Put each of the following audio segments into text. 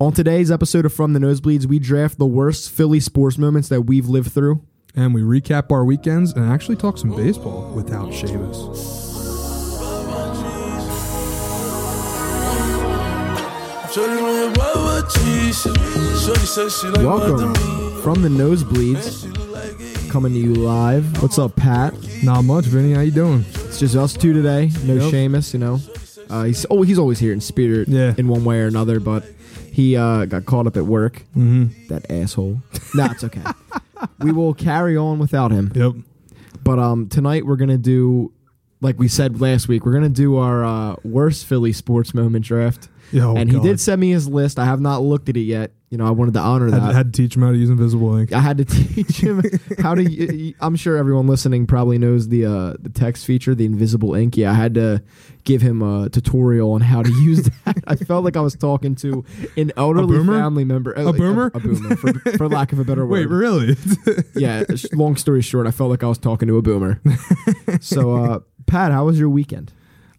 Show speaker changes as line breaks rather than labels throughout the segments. On today's episode of From the Nosebleeds, we draft the worst Philly sports moments that we've lived through.
And we recap our weekends and actually talk some baseball without Seamus.
Shorty with Baba cheese. Shorty said she like
Welcome from the Nosebleeds, coming to you live. What's up, Pat?
Not much, Vinny. How you doing?
It's just us two today. No
Yep.
Seamus, you know. Uh, he's oh, he's always here in spirit,
Yeah.
in one way or another. But he uh, got caught up at work.
Mm-hmm.
That asshole. nah, it's okay. we will carry on without him.
Yep.
But um, tonight we're gonna do, like we said last week, we're gonna do our uh, worst Philly sports moment draft.
Yo,
and
oh, God.
he did send me his list. I have not looked at it yet. You know, I wanted to honor
Had,
that.
had to teach him how to use invisible ink.
I had to teach him how to. y- y- I'm sure everyone listening probably knows the uh, the text feature, the invisible ink. Yeah, I had to give him a tutorial on how to use that. I felt like I was talking to an elderly
boomer?
family member, a
boomer?
a, boomer, for, for lack of a better
Wait,
word.
really?
yeah. sh- Long story short, I felt like I was talking to a boomer. so, uh, Pat, how was your weekend?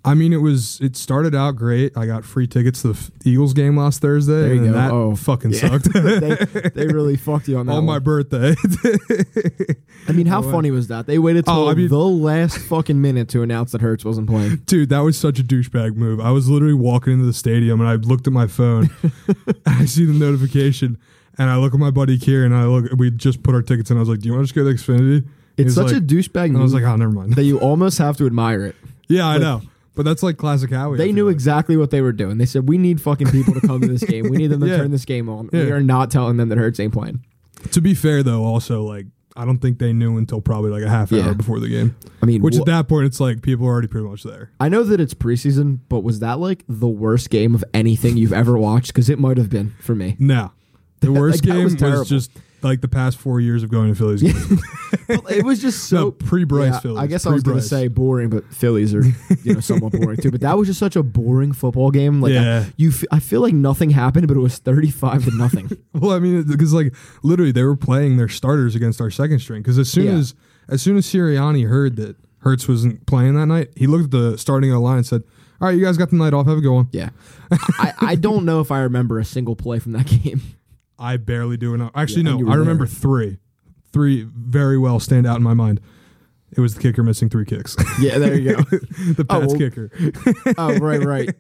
I mean, it was. It started out great. I got free tickets to the F- Eagles game last Thursday,
There you
and
go.
that
Oh.
fucking
Yeah.
sucked.
they, they really fucked you on that.
On my
one.
birthday.
I mean, how
Oh,
funny was that? They waited till
Oh, I mean-
the last fucking minute to announce that Hertz wasn't playing.
Dude, that was such a douchebag move. I was literally walking into the stadium and I looked at my phone. and I see the notification and I look at my buddy Kieran and I look, we just put our tickets in. I was like, Do you want to just go to Xfinity?
It's such a
like,
douchebag
And I
move
was like, Oh, never mind.
that you almost have to admire it.
yeah, I know. But that's like classic Howie. I
They
feel
knew
like.
exactly what they were doing. They said, "We need fucking people to come to this game. We need them to
Yeah.
turn this game on. We
Yeah.
are not telling them that Hurts ain't playing."
To be fair, though, also, like, I don't think they knew until probably like a half
Yeah.
hour before the game.
I mean,
Which
wha-
at that point, it's like people are already pretty much there.
I know that it's preseason, but was that like the worst game of anything you've ever watched? Because it might have been for me.
Now, the worst
that
game
was
was,
terrible.
just like the past four years of going to Phillies. games.
But it was just so
No, pre-Bryce
Yeah,
Phillies,
I guess I was gonna
pre-Bryce.
say boring, but Phillies are you know somewhat boring too. But that was just such a boring football game. Like
Yeah.
I, you, f- I feel like nothing happened, but it was thirty-five to nothing.
Well, I mean, because like literally, they were playing their starters against our second string. Because as soon
Yeah.
as as soon as Sirianni heard that Hertz wasn't playing that night, he looked at the starting line and said, "All right, you guys got the night off. Have a good one."
Yeah. I, I don't know if I remember a single play from that game.
I barely do enough. Actually,
Yeah, and you
no,
were
I remember
there.
three, three very well stand out in my mind. It was the kicker missing three kicks.
Yeah, there you go.
the Pats
well-
kicker.
oh, right, right.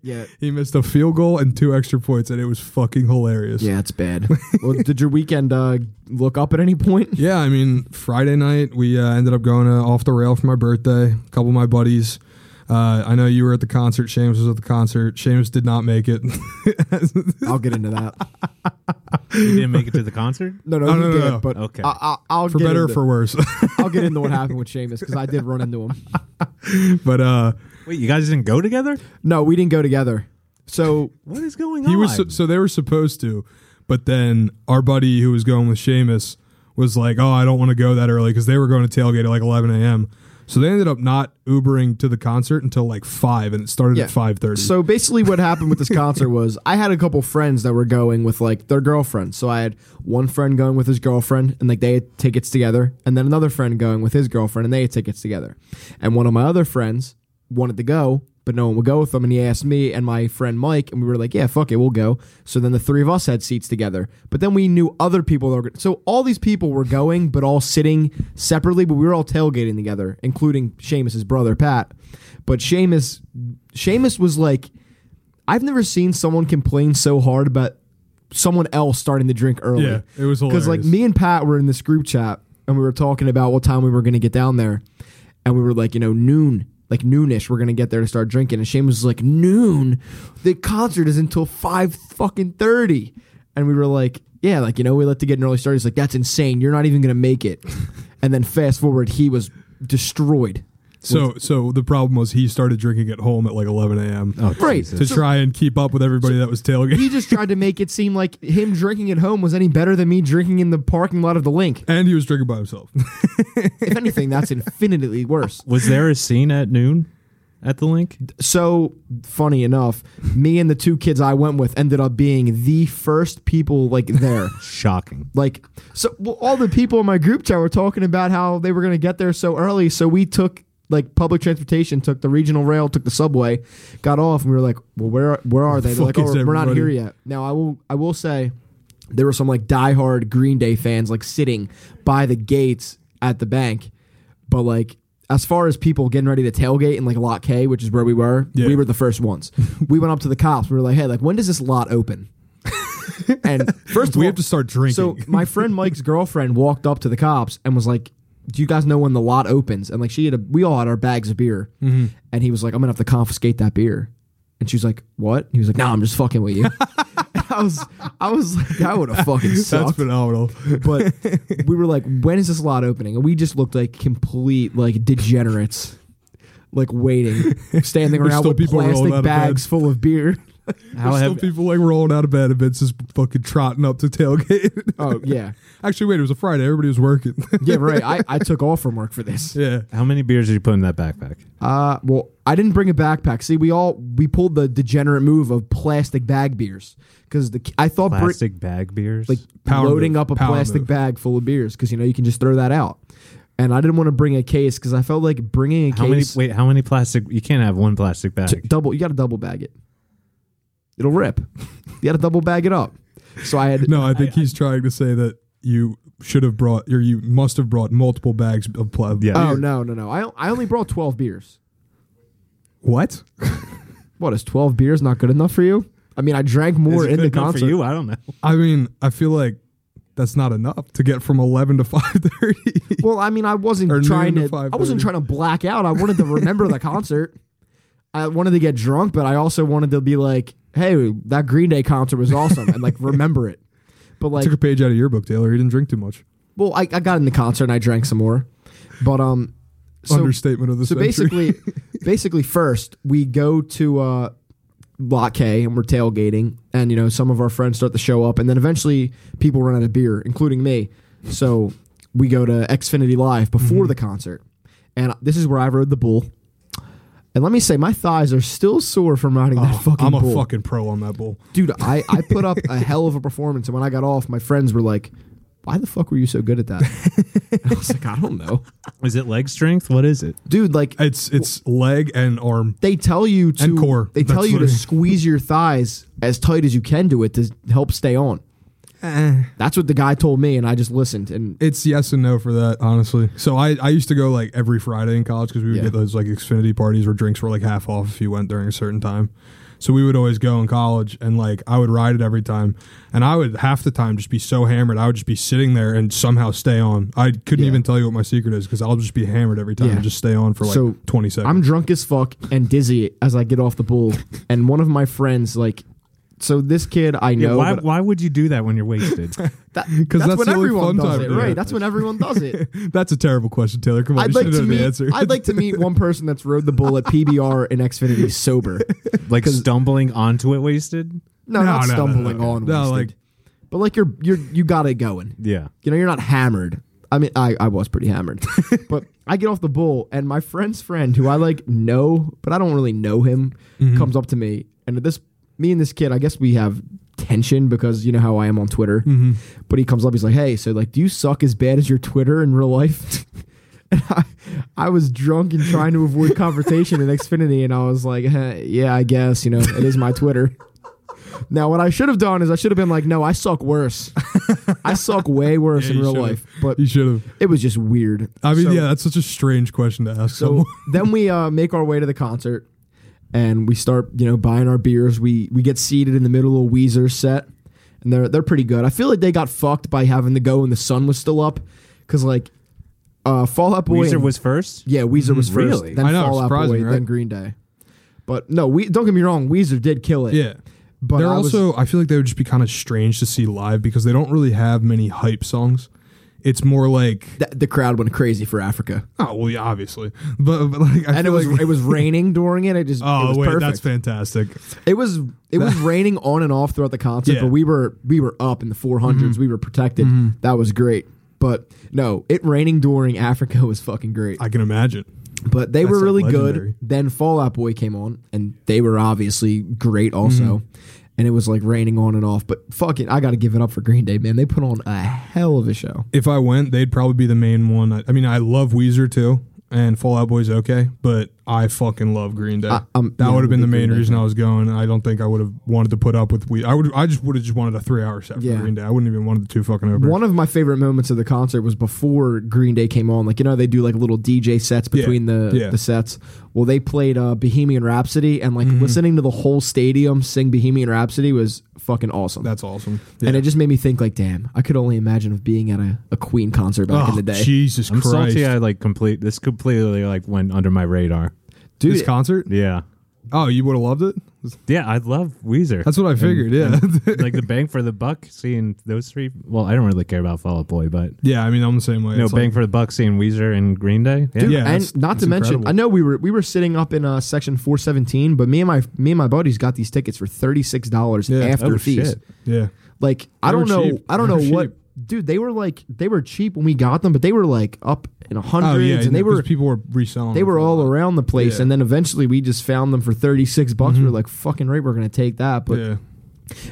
Yeah.
He missed a field goal and two extra points, and it was fucking hilarious.
Yeah, it's bad. Well, did your weekend uh, look up at any point?
Yeah, I mean, Friday night we uh, ended up going to off the rail for my birthday. A couple of my buddies. Uh, I know you were at the concert. Seamus was at the concert. Seamus did not make it.
I'll get into that.
You didn't make it to the concert?
No, no,
No,
you
no, no,
did,
no.
but
Okay.
I, I, I'll
for
get
better or
into,
for worse.
I'll get into what happened with Seamus because I did run into him.
but uh,
Wait, you guys didn't go together?
No, we didn't go together. So
What is going on?
he was so they were supposed to, but then our buddy who was going with Seamus was like, "Oh, I don't want to go that early because they were going to tailgate at like 11 a.m." So they ended up not Ubering to the concert until like five, and it started
Yeah.
at 5:30.
So basically, what happened with this concert was I had a couple friends that were going with like their girlfriends. So I had one friend going with his girlfriend, and like they had tickets together, and then another friend going with his girlfriend, and they had tickets together. And one of my other friends wanted to go, but no one would go with them, and he asked me and my friend Mike, and we were like, "Yeah, fuck it, we'll go." So then the three of us had seats together, but then we knew other people that were. So all these people were going, but all sitting separately, but we were all tailgating together, including Seamus's brother Pat. But Seamus, Seamus was like, I've never seen someone complain so hard about someone else starting to drink early.
Yeah, it was
because like
hilarious.
me and Pat were in this group chat and we were talking about what time we were going to get down there, and we were like, you know, noon. Like noonish, we're gonna get there to start drinking, and Seamus was like, "Noon, the concert is until five fucking 30. and we were like, "Yeah, like you know, we like to get an early start." He's like, "That's insane. You're not even gonna make it." and then fast forward, he was destroyed.
So, so the problem was he started drinking at home at like 11 a.m.
Right.
to try and keep up with everybody that was tailgating.
he just tried to make it seem like him drinking at home was any better than me drinking in the parking lot of the link.
And he was drinking by himself.
If anything, that's infinitely worse.
Was there a scene at noon at the link?
So funny enough, me and the two kids I went with ended up being the first people like there.
Shocking.
Like so well, all the people in my group chat were talking about how they were gonna get there so early, so we took like public transportation, took the regional rail, took the subway, got off, and we were like, "Well, where where are they?" They're like,
fuck
"Oh,
is
we're not
everybody?"
here yet." Now, I will I will say there were some like diehard Green Day fans like sitting by the gates at the bank, but like. As far as people getting ready to tailgate in like Lot K, which is where we were,
Yeah.
we were the first ones. we went up to the cops. We were like, "Hey, like when does this lot open?" and first of
we
all-
have to start drinking.
so my friend Mike's girlfriend walked up to the cops and was like, "Do you guys know when the lot opens?" And like she had, a, we all had our bags of beer,
Mm-hmm.
and he was like, "I'm gonna have to confiscate that beer." And she's like, "What?" he was like, "No, I'm just fucking with you." I was, I was like, "That would have fucking
That's
sucked."
phenomenal.
but we were like, "When is this lot opening?" And we just looked like complete like degenerates, like waiting, standing
There's
around
still
with
people rolling out
plastic
of bed.
bags full of beer.
How
Still
have
people like rolling out of bed and Vince is fucking trotting up to tailgate.
Oh yeah,
Actually, wait, it was a Friday. Everybody was working.
yeah right. I, I took off from work for this.
yeah.
how many beers did you put in that backpack?
Uh, well, I didn't bring a backpack. See, we all we pulled the degenerate move of plastic bag beers because the I thought Brit-
Plastic bag beers. Like
Power
loading
move,
up a
power
plastic
move.
bag full of beers because you know you can just throw that out. And I didn't want to bring a case because I felt like bringing a
how many?
case
Wait, how many plastic? You can't have one plastic bag.
double. You got to double bag it. It'll rip. you got to double bag it up. So I had
No, I think he's trying to say that you should have brought, or you must have brought multiple bags of pl-
Yeah.
Oh no no no! I I only brought twelve beers.
What?
What is twelve beers not good enough for you? I mean, I drank more
Is it
in
good
the
enough
concert.
for you. I don't know.
I mean, I feel like that's not enough to get from 11 to 5.30.
Well, I mean, I
Or
wasn't
noon
trying
to
to. I wasn't
5:30.
trying to black out. I wanted to remember the concert. I wanted to get drunk, but I also wanted to be like, "Hey, that Green Day concert was awesome," and like remember it. But like,
Took a page out of your book, Taylor. You didn't drink too much.
well, I, I got in the concert and I drank some more. But um, so
Understatement of the
so
century.
basically, basically, first we go to uh, Lot K and we're tailgating, and you know some of our friends start to show up, and then eventually people run out of beer, including me. So we go to Xfinity Live before the concert, and this is where I rode the bull. And let me say, my thighs are still sore from riding
Oh,
that fucking
I'm a
bull
fucking pro on that bull.
dude, I, I put up a hell of a performance, and when I got off, my friends were like, "Why the fuck were you so good at that?" And I was like, "I don't know,
Is it leg strength? What is it?
dude." Like
It's it's leg and arm.
they tell you to
And core.
they tell
That's
you to
what I-
squeeze your thighs as tight as you can to it to help stay on. That's what the guy told me, and I just listened. And
It's yes and no for that, honestly. So I, I used to go like every Friday in college because we would
Yeah.
get those like Xfinity parties where drinks were like half off if you went during a certain time. So we would always go in college and like I would ride it every time. And I would half the time just be so hammered. I would just be sitting there and somehow stay on. I couldn't
Yeah.
even tell you what my secret is because I'll just be hammered every time
Yeah.
and just stay on for like
So,
20 seconds.
I'm drunk as fuck and dizzy as I get off the bull. And one of my friends, like, so this kid I know.
why,
but
why would you do that when you're wasted?
that-
that's
that's
the
when
only
everyone
fun
does
time
it,
to do
right?
it.
That's when everyone does it.
That's a terrible question, Taylor. Come on,
I'd
you
like
should
to
know
meet.
the answer.
I'd like to meet one person that's rode the bull at PBR and Xfinity sober.
like stumbling onto it wasted?
No, not stumbling on. wasted.
No, like
but like you're you're you got it going.
Yeah.
You know, you're not hammered. I mean, I, I was pretty hammered, but I get off the bull, and my friend's friend, who I like know, but I don't really know him, comes up to me, and at this, me and this kid, I guess we have tension because you know how I am on Twitter. But he comes up, he's like, "Hey, so like, do you suck as bad as your Twitter in real life?" and I, I was drunk and trying to avoid confrontation in Xfinity, and I was like, "Huh, "Yeah, I guess you know it is my Twitter." Now, what I should have done is I should have been like, "No, I suck worse. I suck way worse
Yeah,
in
you
real
should've.
life." But
you should have.
it was just weird.
I mean,
So-
yeah, that's such a strange question to ask
So
someone.
then we uh, make our way to the concert, and we start, you know, buying our beers. We we get seated in the middle of a Weezer set, and they're they're pretty good. I feel like they got fucked by having to go when the sun was still up, because like, uh, Fall Out Boy.
Weezer
and-
was first?
yeah, Weezer was first.
Really?
Then
Mm-hmm. I know,
Fall Out
surprising,
Boy,
right?
then Green Day. But no, we don't get me wrong. Weezer did kill it.
Yeah.
but
They're
I was-
also, I feel like they would just be kind of strange to see live because they don't really have many hype songs. It's more like,
th- the crowd went crazy for Africa,
oh, well, yeah, obviously. But, but like, I
and it
feel
was
like,
it was raining during it. It just
oh,
it was
wait,
perfect.
that's fantastic.
It was it was raining on and off throughout the concert,
Yeah. Mm-hmm.
but we were we were up in the 400s. We were protected. That was great. But no, it raining during Africa was fucking great.
I can imagine.
But they were
like,
really
legendary.
good. Then Fallout Boy came on, and they were obviously great also.
Mm-hmm.
And it was like raining on and off. But fucking, I got to give it up for Green Day, man. They put on a hell of a show.
If I went, they'd probably be the main one. I, I mean, I love Weezer too. and Fallout Boy's okay, but I fucking love Green Day.
I- I'm-
that
yeah,
would have been the
I'm a big
main
Green Day
reason I was going. I don't think I would have wanted to put up with we. I would. I just would have just wanted a three hour set for
Yeah.
Green Day. I wouldn't even wanted the two fucking openers.
One of my favorite moments of the concert was before Green Day came on. Like you know, they do like little DJ sets
Yeah,
between the
yeah.
the sets. Well, they played uh, Bohemian Rhapsody, and like
Mm-hmm.
listening to the whole stadium sing Bohemian Rhapsody was fucking awesome.
That's awesome.
And it just made me think, like, damn, I could only imagine of being at a, a Queen concert back in
Oh,
the day,
Jesus
I'm
Christ!
salty. I like complete. This completely like went under my radar.
dude.
This concert?
Yeah,
Oh, you would have loved it.
yeah. I love Weezer.
That's what I figured. Yeah,
like the bang for the buck. Seeing those three. Well, I don't really care about Fall Out Boy, but
yeah. I mean, I'm the same way.
no
It's
bang
like-
for the buck. Seeing Weezer and Green Day. Yeah.
Dude,
Yeah, that's-
and not to
that's
mention,
incredible.
I know we were we were sitting up in uh, section four seventeen, but me and my me and my buddies got these tickets for thirty six dollars
Yeah.
after
Oh,
fees.
shit.
yeah.
Like I
They were
don't know,
cheap.
I don't
They were
know what,
cheap.
dude. They were like they were cheap when we got them, but they were like up in hundreds,
Oh yeah,
and they
because
were
people were reselling.
they
them for
were
a
all
lot.
around the place,
Yeah. Mm-hmm.
and then eventually we just found them for thirty six bucks. We were like, fucking right, we're gonna take that. But
Yeah,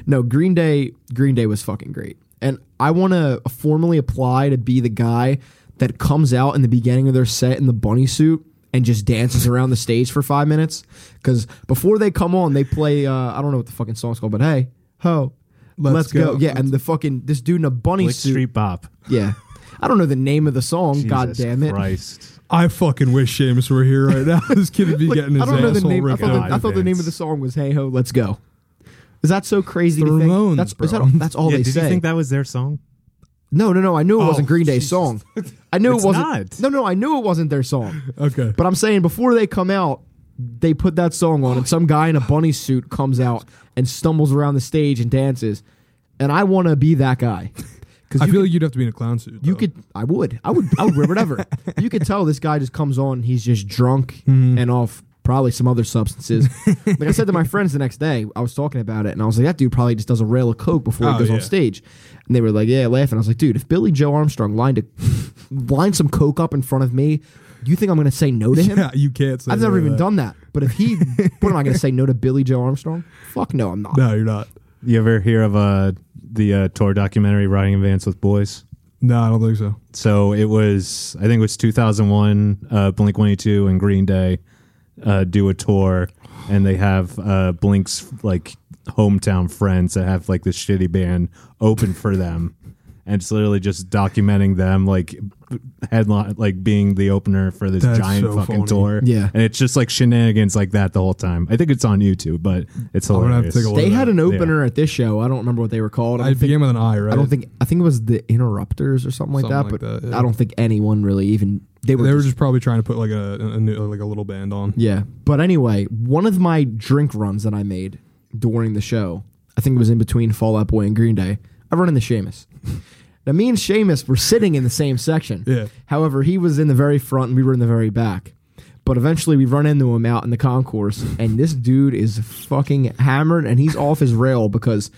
no, Green Day, Green Day was fucking great, and I want to formally apply to be the guy that comes out in the beginning of their set in the bunny suit and just dances around the stage for five minutes. Because before they come on, they play uh, I don't know what the fucking song's called, but hey ho,
Let's
let's, go.
go.
yeah. And the fucking this dude in a bunny
Like
suit,
Street Bop.
yeah. I don't know the name of the song. God
Jesus
damn it!
Christ.
I fucking wish Seamus were here right now. this kid would be getting his
I don't know the
asshole
name. I
ripped
thought,
out.
the, I thought the name of the song was "Hey Ho, Let's Go." Is that so crazy?
The
to think?
Ramones,
That's is
bro.
that- that's all
yeah,
they
did
say.
you think that was their song?
No, no, no. I knew it
Oh,
wasn't Green Day's
Jesus.
song. I knew
It's
it wasn't.
not.
No, no. I knew it wasn't their song.
Okay.
But I'm saying before they come out, they put that song on, and some guy in a bunny suit comes out and stumbles around the stage and dances. And I want to be that guy because
I
you,
feel
could-
like you'd have to be in a clown suit.
you
though.
could. I would. I would. I would wear whatever. you could tell this guy just comes on. He's just drunk
Mm-hmm.
and off. Probably some other substances. like I said to my friends the next day, I was talking about it, and I was like, "That dude probably just does a rail of coke before
Oh,
he goes
yeah.
on stage." And they were like, "Yeah," laughing. I was like, "Dude, if Billy Joe Armstrong lined a, lined some coke up in front of me, you think I'm going to say no to him?"
Yeah, you can't. Say
I've never
no to
even
that.
done that. But if he, what am I going to say? No to Billy Joe Armstrong? Fuck no, I'm not.
No, you're not.
You ever hear of uh, the uh, tour documentary "Riding in Vans with Boys"?
No, I don't think so.
So it was, I think it was 2001, uh, Blink 182 and Green Day uh, do a tour, and they have uh, Blink's like hometown friends that have like this shitty band open for them, and it's literally just documenting them like headline, like being the opener for this
That's
giant
so
fucking
funny.
tour.
Yeah.
and it's just like shenanigans like that the whole time. I think it's on YouTube, but it's
gonna have
hilarious.
to take a look.
They had an opener at this show. I don't remember what they were called. I
I
don't, think,
began with an I, right?
I don't think. I think it was the Interrupters or something like
Something
that.
like
but
that, yeah.
I don't think anyone really even they were.
they were
just-
just probably trying to put like a, a new like a little band on.
yeah. But anyway, one of my drink runs that I made during the show, I think it was in between Fall Out Boy and Green Day. I run into Seamus. Now me and Seamus were sitting in the same section.
Yeah.
However, he was in the very front and we were in the very back. But eventually we run into him out in the concourse and this dude is fucking hammered and he's off his rail because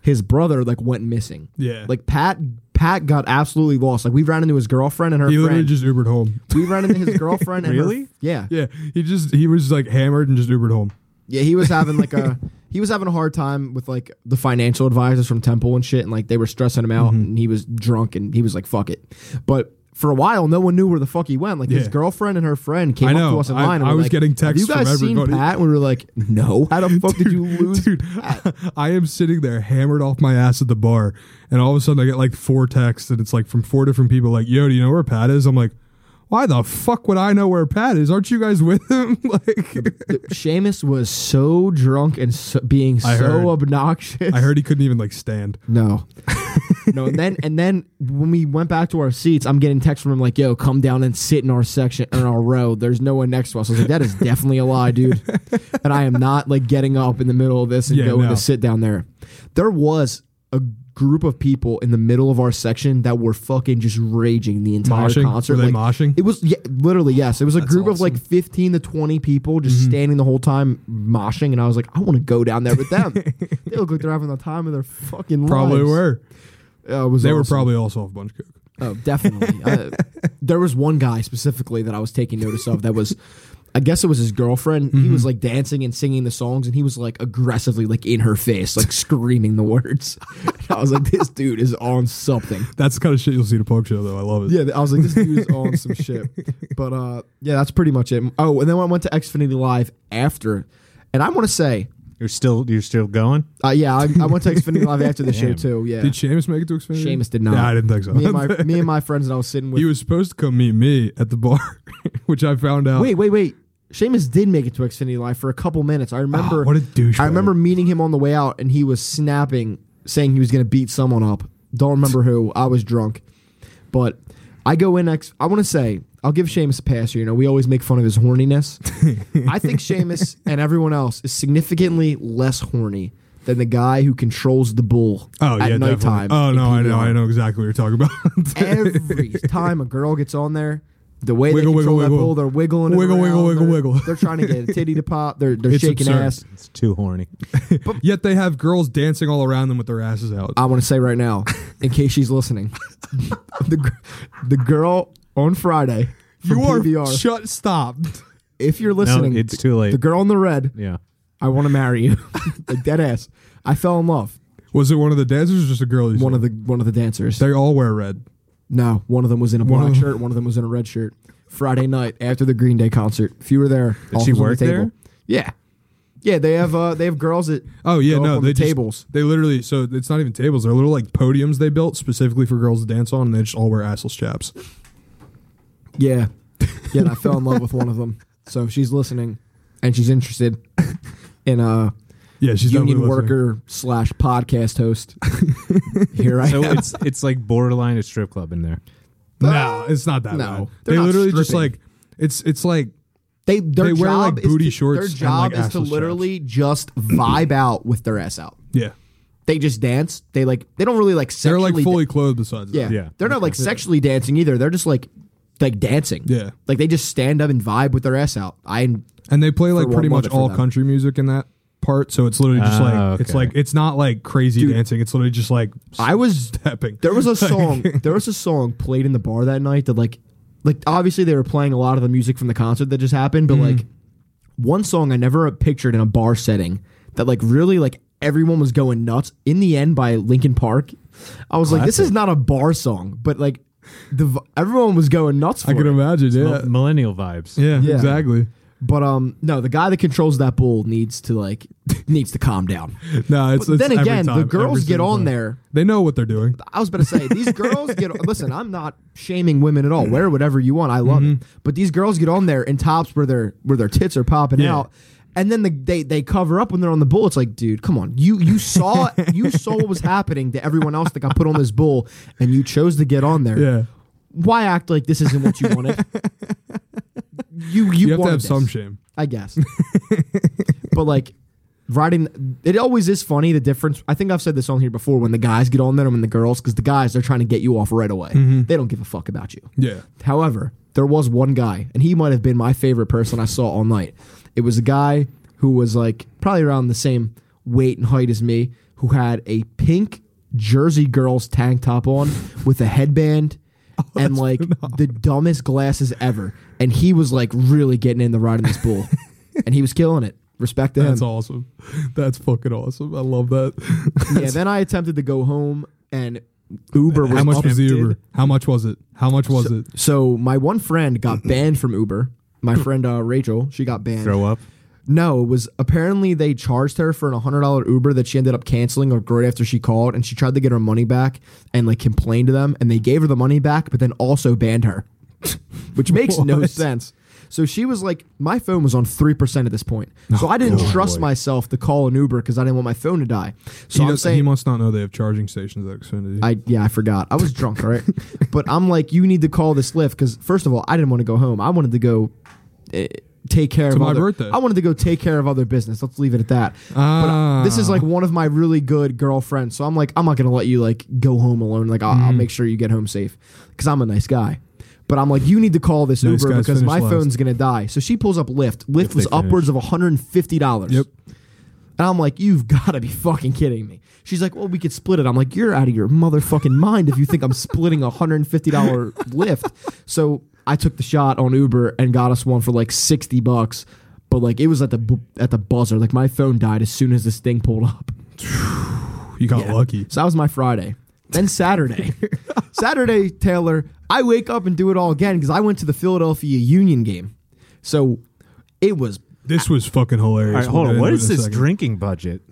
his brother like went missing.
Yeah.
Like Pat Pat got absolutely lost. Like we ran into his girlfriend and her
He literally
friend.
just Ubered home.
we ran into his girlfriend and her-
Really?
yeah.
Yeah, he just he was like hammered and just Ubered home.
Yeah, he was having like a he was having a hard time with like the financial advisors from Temple and shit, and like they were stressing him
Mm-hmm.
out, and he was drunk, and he was like, "Fuck it." But for a while, no one knew where the fuck he went. Like his
Yeah.
girlfriend and her friend came
I
up
know.
to us in
I-
line. and
I
were
was
like,
getting
"Have you
texts from
guys seen
everybody."
Pat? And we were like, "No, how the fuck did you lose?"
Dude, I am sitting there hammered off my ass at the bar, and all of a sudden I get like four texts, and it's like from four different people, like, "Yo, do you know where Pat is?" I'm like, "Why the fuck would I know where Pat is? Aren't you guys with him?" like,
Seamus was so drunk and so, being so
I heard.
obnoxious.
I heard he couldn't even like stand.
No. no, and then and then when we went back to our seats, I'm getting texts from him like, "Yo, come down and sit in our section in our row. There's no one next to us." I was like, "That is definitely a lie, dude." and I am not like getting up in the middle of this and
Yeah,
going
no.
to sit down there. There was a group of people in the middle of our section that were fucking just raging the entire
Moshing?
concert.
Were they
like,
moshing?
It was yeah, literally yes. It was a
That's Mm-hmm.
group of like 15 to 20 people just standing the whole time moshing, and I was like, I want to go down there with them. they look like they're having the time of their fucking
Probably
lives.
were.
Uh, it was
They were
awesome.
probably also off bunch cook.
Oh, definitely. uh, there was one guy specifically that I was taking notice of that was I guess it was his girlfriend. He
Mm-hmm.
was like dancing and singing the songs, and he was like aggressively like in her face, like screaming the words. And I was like, this dude is on something.
That's the kind of shit you'll see at a punk show, though. I love it.
Yeah, I was like, this dude is on some shit. But uh, yeah, that's pretty much it. Oh, and then I went to Xfinity Live after, and I want to say,
You're still you're still going.
uh, yeah, I, I went to Xfinity Live after the show too. Yeah,
Did Seamus make it to Xfinity?
Seamus did not.
Yeah, I didn't think so.
me and my me and my friends and I was sitting with.
he was supposed to come meet me at the bar, which I found out.
wait, wait, wait. Seamus did make it to Xfinity Live for a couple minutes. I remember.
Ah, what a douchebag.
I remember meeting him on the way out, and he was snapping, saying he was going to beat someone up. Don't remember who. I was drunk, but I go in next. I want to say I'll give Seamus a pass here. You know, we always make fun of his horniness. I think Seamus and everyone else is significantly less horny than the guy who controls the bull
Oh
at
yeah,
nighttime.
definitely. Oh
in
no, I know,
PBR.
I know exactly what you're talking about.
every time a girl gets on there, the way
Wiggle,
they control
wiggle,
that
wiggle.
bull, they're wiggling it
Wiggle, wiggle,
around.
wiggle,
they're,
wiggle.
They're trying to get a titty to pop. They're they're
It's
shaking
absurd.
ass.
It's too horny.
But Yet they have girls dancing all around them with their asses out.
I want to say right now, in case she's listening, the gr- the girl on Friday from
you are
PBR.
shut. Stop.
if you're
No,
listening,
it's too late.
the girl in the red.
yeah.
I want to marry you, like dead ass. I fell in love.
Was it one of the dancers or just a girl? you
One
saw?
of the one of the dancers.
They all wear red.
No, one of them was in a
One
black
of them-
shirt. One of them was in a red shirt. Friday night after the Green Day concert, if you were there,
Did
all
she
was on the
work
table.
there?
Yeah, yeah. They have uh, they have girls that.
Oh yeah,
go up
no,
on
they
the
just-
tables.
They literally. So it's not even tables. They're little like podiums they built specifically for girls to dance on, and they just all wear assless chaps.
Yeah, yeah. And I fell in love with one of them. So if she's listening, and she's interested in uh
Yeah, she's
union
definitely listening.
worker slash podcast host. Here I
So
am.
it's it's like borderline a strip club in there.
No, it's not that.
No,
bad.
they're
they
not
literally just
stripping.
like it's it's like
They their
they wear,
job
like,
is
booty
to,
shorts
Their
and,
job
like,
is to
assless
literally just vibe out with their ass out.
yeah,
They just dance. They like they don't really like
they're
sexually.
like fully clothed. Besides,
Yeah.
that.
Yeah.
They're not like sexually dancing either. They're just like like dancing.
Yeah.
Like they just stand up and vibe with their ass out. I
and they play like
one
pretty much
mother for
all
them.
country music in that part. So it's literally just
Ah,
like it's
okay.
like it's not like crazy dancing. It's literally just like
I was
stepping.
there was a song there was a song played in the bar that night that like like obviously they were playing a lot of the music from the concert that just happened, but like
Mm-hmm.
one song I never pictured in a bar setting that like really like everyone was going nuts in the end by Linkin Park. I was like this is not a bar song, but like the v- everyone was going nuts for
I can
it.
imagine. Yeah.
Mil- millennial vibes.
yeah,
Yeah.
exactly.
But um no, the guy that controls that bull needs to like needs to calm down.
No, it's,
But
it's
then
every
again,
time,
the girls
every
get
single
on
time.
there.
They know what they're doing.
I was about to say these girls get. Listen, I'm not shaming women at
Mm-hmm.
all. Wear whatever you want. I love it. But these girls get on there in tops where their where their tits are popping
Yeah.
out, and then the, they they cover up when they're on the bull. It's like, dude, come on. You you saw you saw what was happening to everyone else that got put on this bull, and you chose to get on there.
Yeah,
Why act like this isn't what you wanted? you you,
you have to
wanted
have
this.
some shame.
I guess. but like riding, it always is funny the difference. I think I've said this on here before when the guys get on there and when the girls, because the guys they're trying to get you off right away. They don't give a fuck about you.
Yeah,
However, there was one guy, and he might have been my favorite person I saw all night. It was a guy who was like probably around the same weight and height as me, who had a pink Jersey girls tank top on with a headband
Oh,
and like the dumbest glasses ever. And he was like really getting in the ride in this bull, and he was killing it. Respect to
that's
him.
awesome. That's fucking awesome. I love that.
Yeah. Then I attempted to go home, and Uber was
How much was the
emptied.
Uber? How much was it? How much was it?
So my one friend got banned from Uber. My friend uh, Rachel, she got banned.
Throw up.
No, it was apparently they charged her for an hundred dollar Uber that she ended up canceling like right after she called, and she tried to get her money back and like complained to them, and they gave her the money back, but then also banned her, which makes no
What?
sense. So she was like, my phone was on three percent at this point,
Oh,
so I didn't trust myself to call an Uber because I didn't want my phone to die. So
He,
I'm
does- he
saying
must not know they have charging stations at Xfinity.
I yeah, I forgot. I was drunk, all right. but I'm like, you need to call this Lyft because first of all, I didn't want to go home. I wanted to go eh, take care of
my
other-
birthday.
I wanted to go take care of other business. Let's leave it at that. But
Ah.
uh, this is like one of my really good girlfriends, so I'm like, I'm not gonna let you like go home alone. Like I'll, I'll
Mm.
make sure you get home safe because I'm a nice guy. But I'm like, you need to call this
Nice
Uber
guys
because
finish
my
last.
phone's gonna die. So she pulls up Lyft. Lyft was
they finish.
upwards of 150 dollars.
Yep.
And I'm like, you've got to be fucking kidding me. She's like, well, we could split it. I'm like, you're out of your motherfucking mind if you think I'm splitting a $150 lift. So I took the shot on Uber and got us one for like sixty bucks, but like it was at the bu- at the buzzer. Like my phone died as soon as this thing pulled up.
You got lucky.
So that was my Friday. Then Saturday. Saturday, Taylor, I wake up and do it all again because I went to the Philadelphia Union game. So it was
This was fucking hilarious.
All right,
We'll
hold
get
on. What
into it
is
in a
this
second.
drinking budget?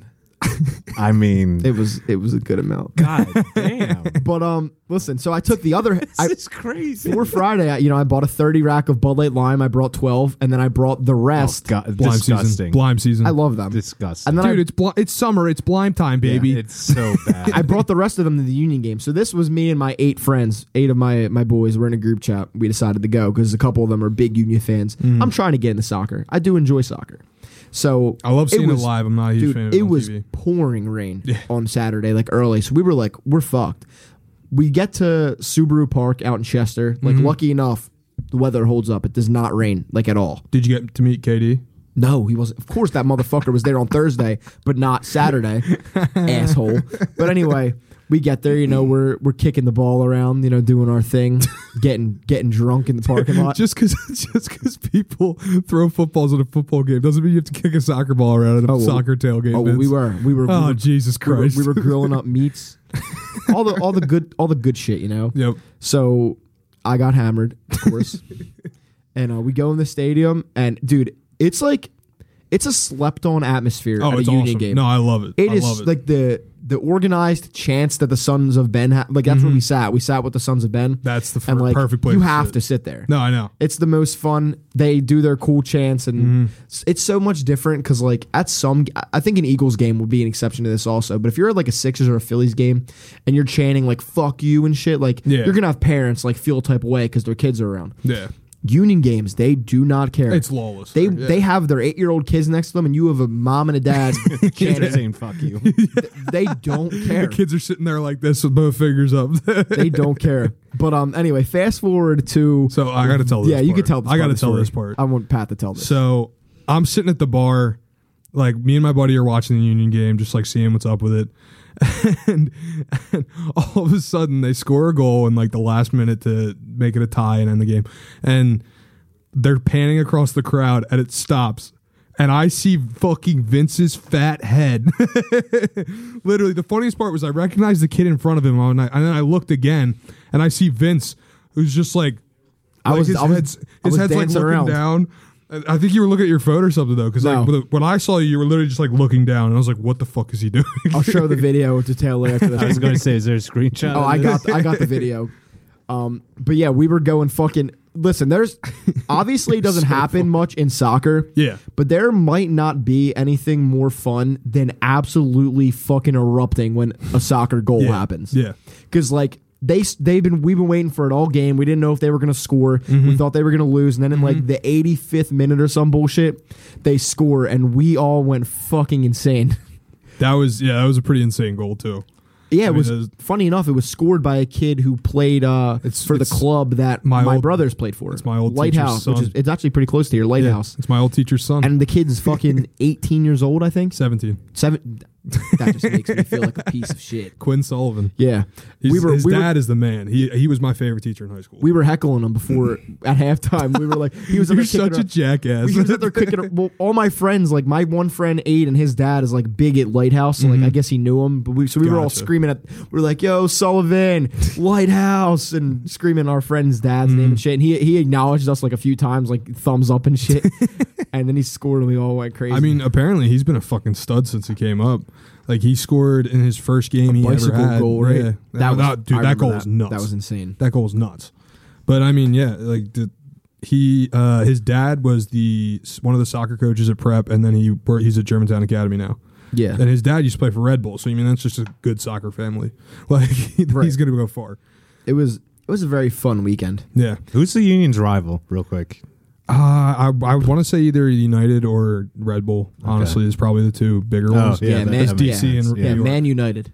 I mean,
it was it was a good amount.
God damn.
But um listen, so I took the other I,
This is crazy.
for Friday, I, you know, I bought a 30 rack of Bud Light Lime, I brought 12 and then I brought the rest.
God,
Blime season.
disgusting.
Blime season.
I love them.
Disgusting.
And then
Dude,
I,
it's bl- it's summer. It's blime time, baby.
It's so bad.
I brought the rest of them to the union game. So this was me and my eight friends, eight of my my boys were in a group chat. We decided to go because a couple of them are big union fans. I'm trying to get into soccer. I do enjoy soccer. So
I love seeing it,
was-
live. I'm not a huge fan
Dude,
of
it
on
was
TV.
pouring rain on Saturday, like early. So we were like, we're fucked. We get to Subaru Park out in Chester. Like,
Mm-hmm.
lucky enough, the weather holds up. It does not rain, like at all.
Did you get to meet KD?
No, he wasn't. Of course, that motherfucker was there on Thursday, but not Saturday, asshole. But anyway, we get there. You know, we're we're kicking the ball around. You know, doing our thing, getting getting drunk in the parking lot.
Just because just because people throw footballs at a football game doesn't mean you have to kick a soccer ball around at a
Oh, well-
soccer tailgate.
oh, well, we
Vince.
were we were
Oh
we were,
Jesus
we were,
Christ!
we were grilling up meats, all the all the good all the good shit. You know.
yep.
So I got hammered, of course. and uh, we go in the stadium, and dude, it's like it's a slept on atmosphere
Oh,
at a
it's
union
awesome.
game.
No, I love it.
It
I
is
love it.
like the the organized chance that the Sons of Ben ha- like that's where we sat. We sat with the Sons of Ben.
That's the
and
fir-
like
Mm-hmm. perfect place
You
to
have
sit.
to sit there.
no, I know.
It's the most fun. They do their cool chants, and
Mm-hmm.
s- it's so much different because, like, at some, I- I think an Eagles game would be an exception to this also. But if you're at like a Sixers or a Phillies game and you're chanting like "fuck you" and shit, like,
Yeah.
you're gonna have parents like feel type of way because their kids are around.
Yeah,
Union games, they do not care.
it's lawless.
they
Yeah.
they have their eight year old kids next to them, and you have a mom and a dad.
Kids are
chanting.
saying fuck you.
they don't care.
kids are sitting there like this with both fingers up.
They don't care. But um, anyway, fast forward to
so I got to tell. This
yeah, you
part.
could tell. This
I
got to
tell this part.
I want Pat to tell this.
So I'm sitting at the bar, like me and my buddy are watching the Union game, just like seeing what's up with it. And, and all of a sudden, they score a goal in like the last minute to make it a tie and end the game. And they're panning across the crowd, and it stops. And I see fucking Vince's fat head. Literally, the funniest part was I recognized the kid in front of him, and, I, and then I looked again, and I see Vince, who's just like
I
like
was-
his
I was-
head's,
I
his
was
head's like
dancing
looking
around.
down. And I think you were looking at your phone or something though, because
No.
like when I saw you, you were literally just like looking down, and I was like, "What the fuck is he doing?"
I'll show the video to Taylor after
I
this.
was going to say, is there a screenshot?
oh,
of
I
this?
got I got the video. Um, but yeah, we were going fucking. Listen, there's obviously it doesn't happen much in soccer.
Yeah.
but there might not be anything more fun than absolutely fucking erupting when a soccer goal
Yeah.
happens.
Yeah,
because like they s- they've been we've been waiting for it all game. We didn't know if they were gonna score.
Mm-hmm.
We thought they were gonna lose, and then in like the 85th minute or some bullshit, they score, and we all went fucking insane.
that was yeah, that was a pretty insane goal too.
Yeah, it
mean,
was
that was-
funny enough. It was scored by a kid who played uh,
It's-
for the
it's
club that
my
my,
old-
brothers played for.
it's my old teacher's
lighthouse, which
son.
is it's actually pretty close to here,
Yeah,
lighthouse.
it's my old teacher's son,
And the kid's fucking eighteen years old, I think.
seventeen,
Seven. That just makes me feel like a piece of shit.
Quinn Sullivan.
Yeah,
He's,
we were
his
we were
dad is the man. He he was my favorite teacher in high school.
we were heckling him before at halftime. We were like, he was up
You're
there kicking
such a
around-
jackass.
He was up there kicking. around- Well, all my friends, like my one friend Aid and his dad, is like big at Lighthouse. So like I guess he knew him. But we so we were all
Mm-hmm. Gotcha.
screaming at. We are like, "Yo, Sullivan, Lighthouse!" and screaming our friend's dad's name
Mm.
and shit. And he he acknowledged us like a few times, like thumbs up and shit. and then he scored, and we all went crazy.
I mean, apparently he's been a fucking stud since he came up. Like he scored in his first game he ever
bicycle
had.
goal, right?
Yeah.
That was- I
dude. That
remember
goal
that.
was nuts.
That was insane.
That goal was nuts. But I mean, yeah, like the, he uh, his dad was the one of the soccer coaches at prep, and then he wor- he's at Germantown Academy now.
yeah,
And his dad used to play for Red Bull, so I mean that's just a good soccer family. Like he- he's
Right.
gonna go far.
it was it was a very fun weekend.
Yeah,
Who's the union's rival, real quick?
uh, I I want to say either United or Red Bull. Honestly, is probably the two bigger ones.
Oh, yeah,
that-
man-
that makes
yeah.
sense.
DC and-
Yeah,
you are-
Man United.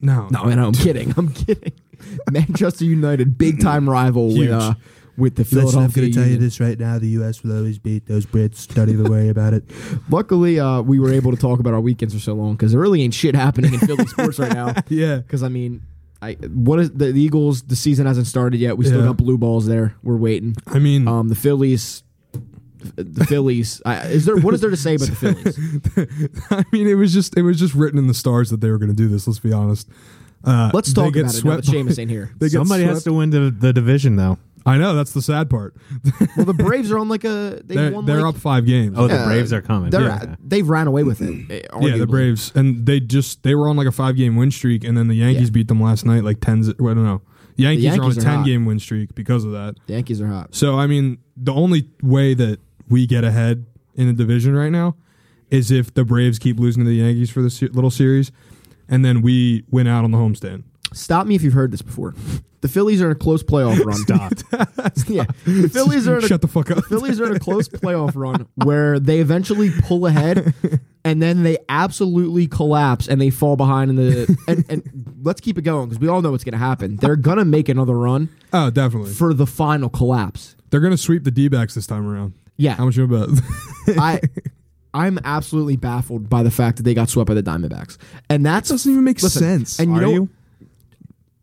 No,
No, man, I'm kidding. I'm kidding. Manchester United, big time rival
Huge.
with uh, with the Philadelphia. Union.
this right now. The U.S. will always beat those Brits. Don't even worry about it.
Luckily, uh, we were able to talk about our weekends for so long because there really ain't shit happening in Philly sports right now.
yeah.
Because I mean, I what is the, the Eagles? The season hasn't started yet. We still
Yeah. Mm.
got blue balls there. We're waiting.
I mean,
Um, the Phillies, the Phillies. I, is there what is there to say about the Phillies?
I mean, it was just it was just written in the stars that they were going to do this. Let's be honest. Uh,
Let's
they
talk
get
about it. Now that
swept by-
Seamus ain't here.
They get
Somebody has
swept-
to win the, the division, though.
I know that's the sad part.
Well, the Braves are on like a they
They're,
won.
they're
like,
up five games.
Oh, the
Yeah,
Braves are coming.
They're,
yeah.
They've ran away with it. eh,
yeah, the
arguably.
Braves, and they just they were on like a five game win streak, and then the Yankees
Yeah.
beat them last night, like ten. I don't know. Yankees, are on a
Yankees are
ten
hot.
game win streak because of that.
The Yankees are hot.
So I mean, the only way that we get ahead in the division right now is if the Braves keep losing to the Yankees for this se- little series, and then we win out on the homestand.
Stop me if you've heard this before. The Phillies are in a close playoff run.
Stop.
yeah, the Phillies are in a
Shut the fuck up.
Phillies are in a close playoff run where they eventually pull ahead and then they absolutely collapse and they fall behind in the and, and let's keep it going because we all know what's going to happen. They're going to make another run
Oh, definitely.
for the final collapse.
They're gonna sweep the D backs this time around. How
Yeah.
much you bet?
I I'm absolutely baffled by the fact that they got swept by the Diamondbacks. And that's
Doesn't even make
listen,
sense.
And you
Are
know
you?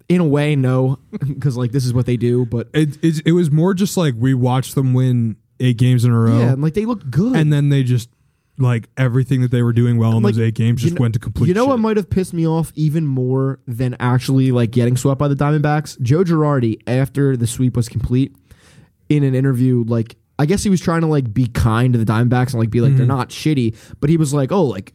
in a way no because like this is what they do but
It, it it was more just like we watched them win eight games in a row,
yeah, and, like they look good.
and then they just like everything that they were doing well in
Like,
those eight games
you
just
kn-
went to complete.
You know what
shit.
might have pissed me off even more than actually like getting swept by the Diamondbacks? Joe Girardi, after the sweep was complete, in an interview, like I guess he was trying to like be kind to the Diamondbacks and like be like they're
Mm-hmm.
not shitty, but he was like, oh, like.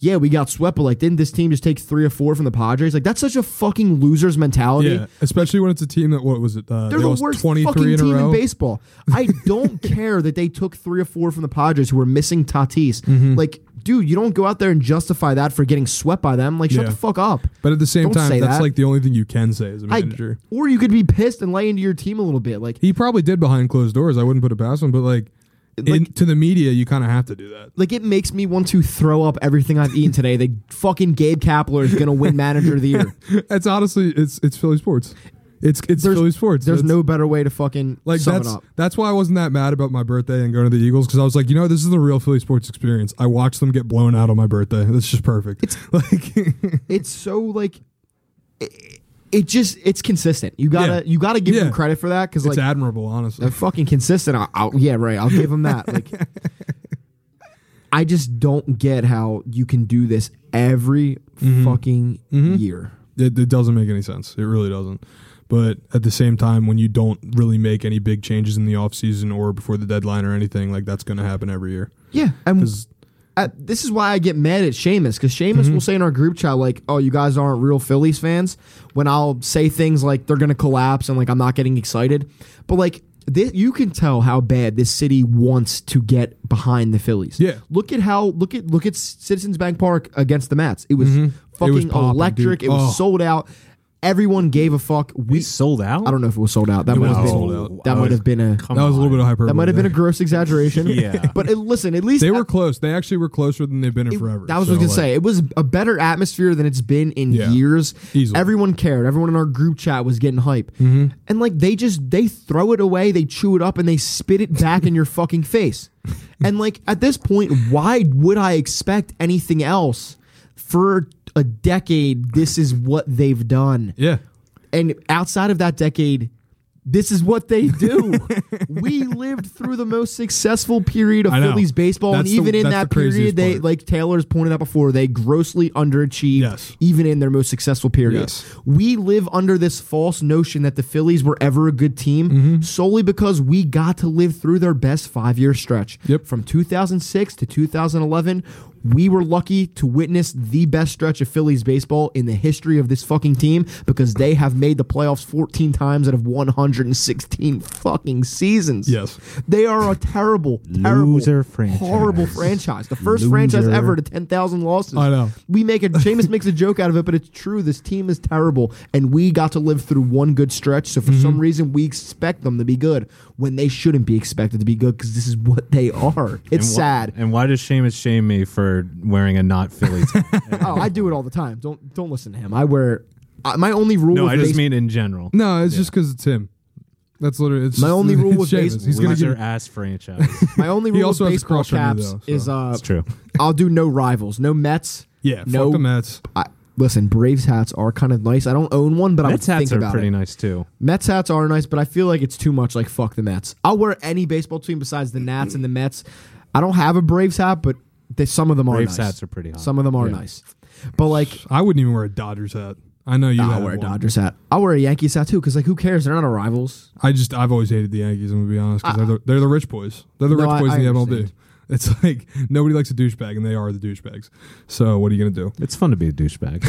Yeah, we got swept, but like, didn't this team just take three or four from the Padres? Like, that's such a fucking loser's mentality.
Yeah, especially when it's a team that what was it? Uh,
They're
they
the
lost
worst
23
fucking
in a
team
row.
in baseball. I don't care that they took three or four from the Padres who were missing Tatis.
Mm-hmm.
Like, dude, you don't go out there and justify that for getting swept by them. Like, shut
Yeah.
the fuck up.
But at the same
Don't
time,
say
that's
that.
like the only thing you can say as a
I,
manager.
or you could be pissed and lay into your team a little bit. Like,
he probably did behind closed doors. I wouldn't put it past him, but like, in, to the media, you kind of have to do that.
like it makes me want to throw up everything I've eaten today. They fucking Gabe Kapler is gonna win Manager of the Year.
It's honestly, it's it's Philly sports. It's it's Philly sports.
There's
That's-
no better way to fucking
like
sum it
that's
up.
that's why I wasn't that mad about my birthday and going to the Eagles because I was like, you know, this is the real Philly sports experience. I watched them get blown out on my birthday. That's just perfect. like
It's so like. It, it just it's consistent. You gotta you gotta give
Yeah.
them credit for that because like
it's admirable, honestly.
They're fucking consistent. I'll, I'll- yeah, right. I'll give them that. Like, I just don't get how you can do this every fucking year.
it, it doesn't make any sense. It really doesn't. But at the same time, when you don't really make any big changes in the offseason or before the deadline or anything, like that's going to happen every year.
Yeah, and
'Cause- Mm-hmm.
I, this is why I get mad at Seamus because Seamus will say in our group chat like, "Oh, you guys aren't real Phillies fans." When I'll say things like they're gonna collapse and like I'm not getting excited, but like. This, you can tell how bad this city wants to get behind the Phillies.
Yeah.
look at how look at look at Citizens Bank Park against the Mets. It was fucking
Mm-hmm. popping,
electric.
dude.
It was
Oh.
sold out. Everyone gave a fuck. We
He's sold out?
I don't know if it was sold out. That might have
was
been
sold out.
that might have been a
that was a little bit of hyperbole.
that might have been a
there.
gross exaggeration.
Yeah.
but it, listen, at least
They were close. They actually were closer than they've been in
it-
forever.
That was
So,
what I was
like,
gonna say. It was a better atmosphere than it's been in
Yeah.
years.
Easily. Mm-hmm.
Everyone cared. Everyone in our group chat was getting hype, and like they just they throw it away, they chew it up, and they spit it back in your fucking face. And like at this point, why would I expect anything else? For a decade, this is what they've done,
Yeah.
and outside of that decade. This is what they do. we lived through the most successful period of
I know.
Phillies baseball,
That's
and
the-
even in
that's
that
the
period,
craziest
they
part.
like Taylor's pointed out before, they grossly underachieved
Yes.
even in their most successful periods.
Yes.
We live under this false notion that the Phillies were ever a good team
Mm-hmm.
solely because we got to live through their best five year stretch.
Yep.
From 2006 to 2011, we were lucky to witness the best stretch of Phillies baseball in the history of this fucking team because they have made the playoffs 14 times out of 116 fucking seasons.
Yes.
They are a terrible, terrible,
Loser franchise.
horrible franchise. The first
Loser.
franchise ever to ten thousand losses.
I know.
We make a Jameis makes a joke out of it, but it's true. This team is terrible, and we got to live through one good stretch. So for
Mm-hmm.
some reason, we expect them to be good when they shouldn't be expected to be good because this is what they are. It's
And wh-
sad.
And why does Seamus shame me for wearing a not Phillies?
oh, I do it all the time. Don't don't listen to him. I wear I, my only rule.
no,
with
I just
base-
mean in general.
No, it's just 'cause just because it's him. That's literally it's
My
just-
only rule
it's
with
Seamus.
baseball-
He's going to
Loser
give.
ass franchise.
my only rule
also
with
has a
baseball
crush on you,
caps
though, so
is uh,
It's true.
I'll do no rivals, no Mets.
Yeah,
no
fuck the Mets.
I, Listen, Braves hats are kind of nice. I don't own one, but I would
Mets hats
think
are
about
pretty
it.
nice too.
Mets hats are nice, but I feel like it's too much. Like fuck the Mets. I'll wear any baseball team besides the Nats and the Mets. I don't have a Braves hat, but they, some of them are
Braves
nice.
hats are pretty hot.
Some of them are
Yeah.
nice, but like
I wouldn't even wear a Dodgers hat. I know you.
I'll
had
wear a
one.
Dodgers hat. I'll wear a Yankees hat too, because like who cares? They're not our rivals.
I just I've always hated the Yankees. I'm gonna be honest because they're, the, they're the rich boys. They're the
Uh-uh. No, I-
rich boys
I
in the MLB.
understand.
It's like nobody likes a douchebag, and they are the douchebags. So what are you gonna do?
It's fun to be a douchebag.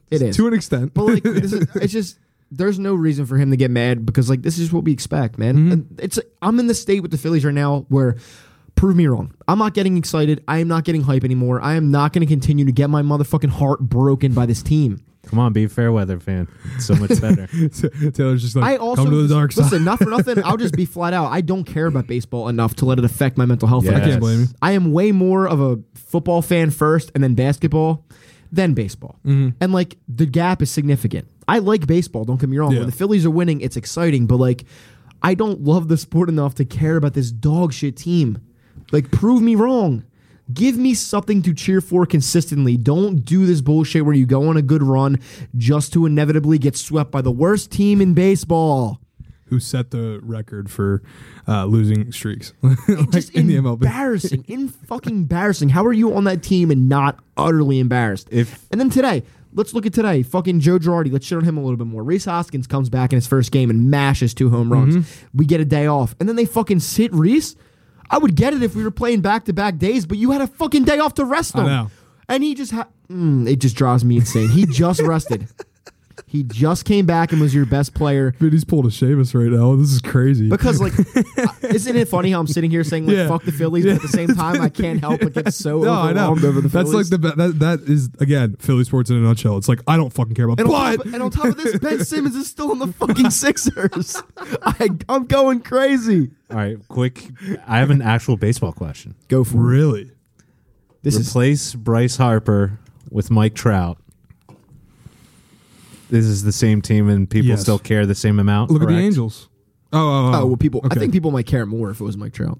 It is.
to an extent.
But like, this is, it's just there's no reason for him to get mad because like this is what we expect, man.
Mm-hmm.
And It's I'm in the state with the Phillies right now where prove me wrong. I'm not getting excited. I am not getting hype anymore. I am not going to continue to get my motherfucking heart broken by this team.
Come on, be a Fairweather fan. It's so much better.
Taylor's just like
I also
come to the dark side.
Listen, not for nothing. I'll just be flat out. I don't care about baseball enough to let it affect my mental health.
Yes.
I can't blame you.
I am way more of a football fan first and then basketball than baseball. And like the gap is significant. I like baseball, don't get me wrong.
Yeah.
When the Phillies are winning, it's exciting, but like I don't love the sport enough to care about this dog shit team. Like prove me wrong. Give me something to cheer for consistently. Don't do this bullshit where you go on a good run just to inevitably get swept by the worst team in baseball.
Who set the record for uh, losing streaks like,
Just
in the MLB?
embarrassing, in fucking embarrassing. How are you on that team and not utterly embarrassed?
If-
and then today, let's look at today. Fucking Joe Girardi. Let's shit on him a little bit more. Reese Hoskins comes back in his first game and mashes two home runs.
Mm-hmm.
We get a day off, and then they fucking sit Reese. I would get it if we were playing back to back days, but you had a fucking day off to rest
I
him.
know.
And he just ha- mm, it just drives me insane. He just rested. He just came back and was your best player.
Dude, he's pulled a Sheamus right now. This is crazy.
Because like, isn't it funny how I'm sitting here saying like
Yeah.
"fuck the Phillies," but at the same time I can't help but get so
no, I know.
overwhelmed over the
That's like
Phillies.
the be- that that is again Philly sports in a nutshell. It's like I don't fucking care about
and, on
but
top of, and on top of this, Ben Simmons is still on the fucking Sixers. I, I'm going crazy.
All right, quick. I have an actual baseball question.
Go for it.
really
This is
Replace Bryce Harper with Mike Trout. This is the same team, and people
Yes.
still care the same amount.
look at
correct?
the Angels. Oh, oh, oh.
oh well, people. I
Okay.
think people might care more if it was Mike Trout.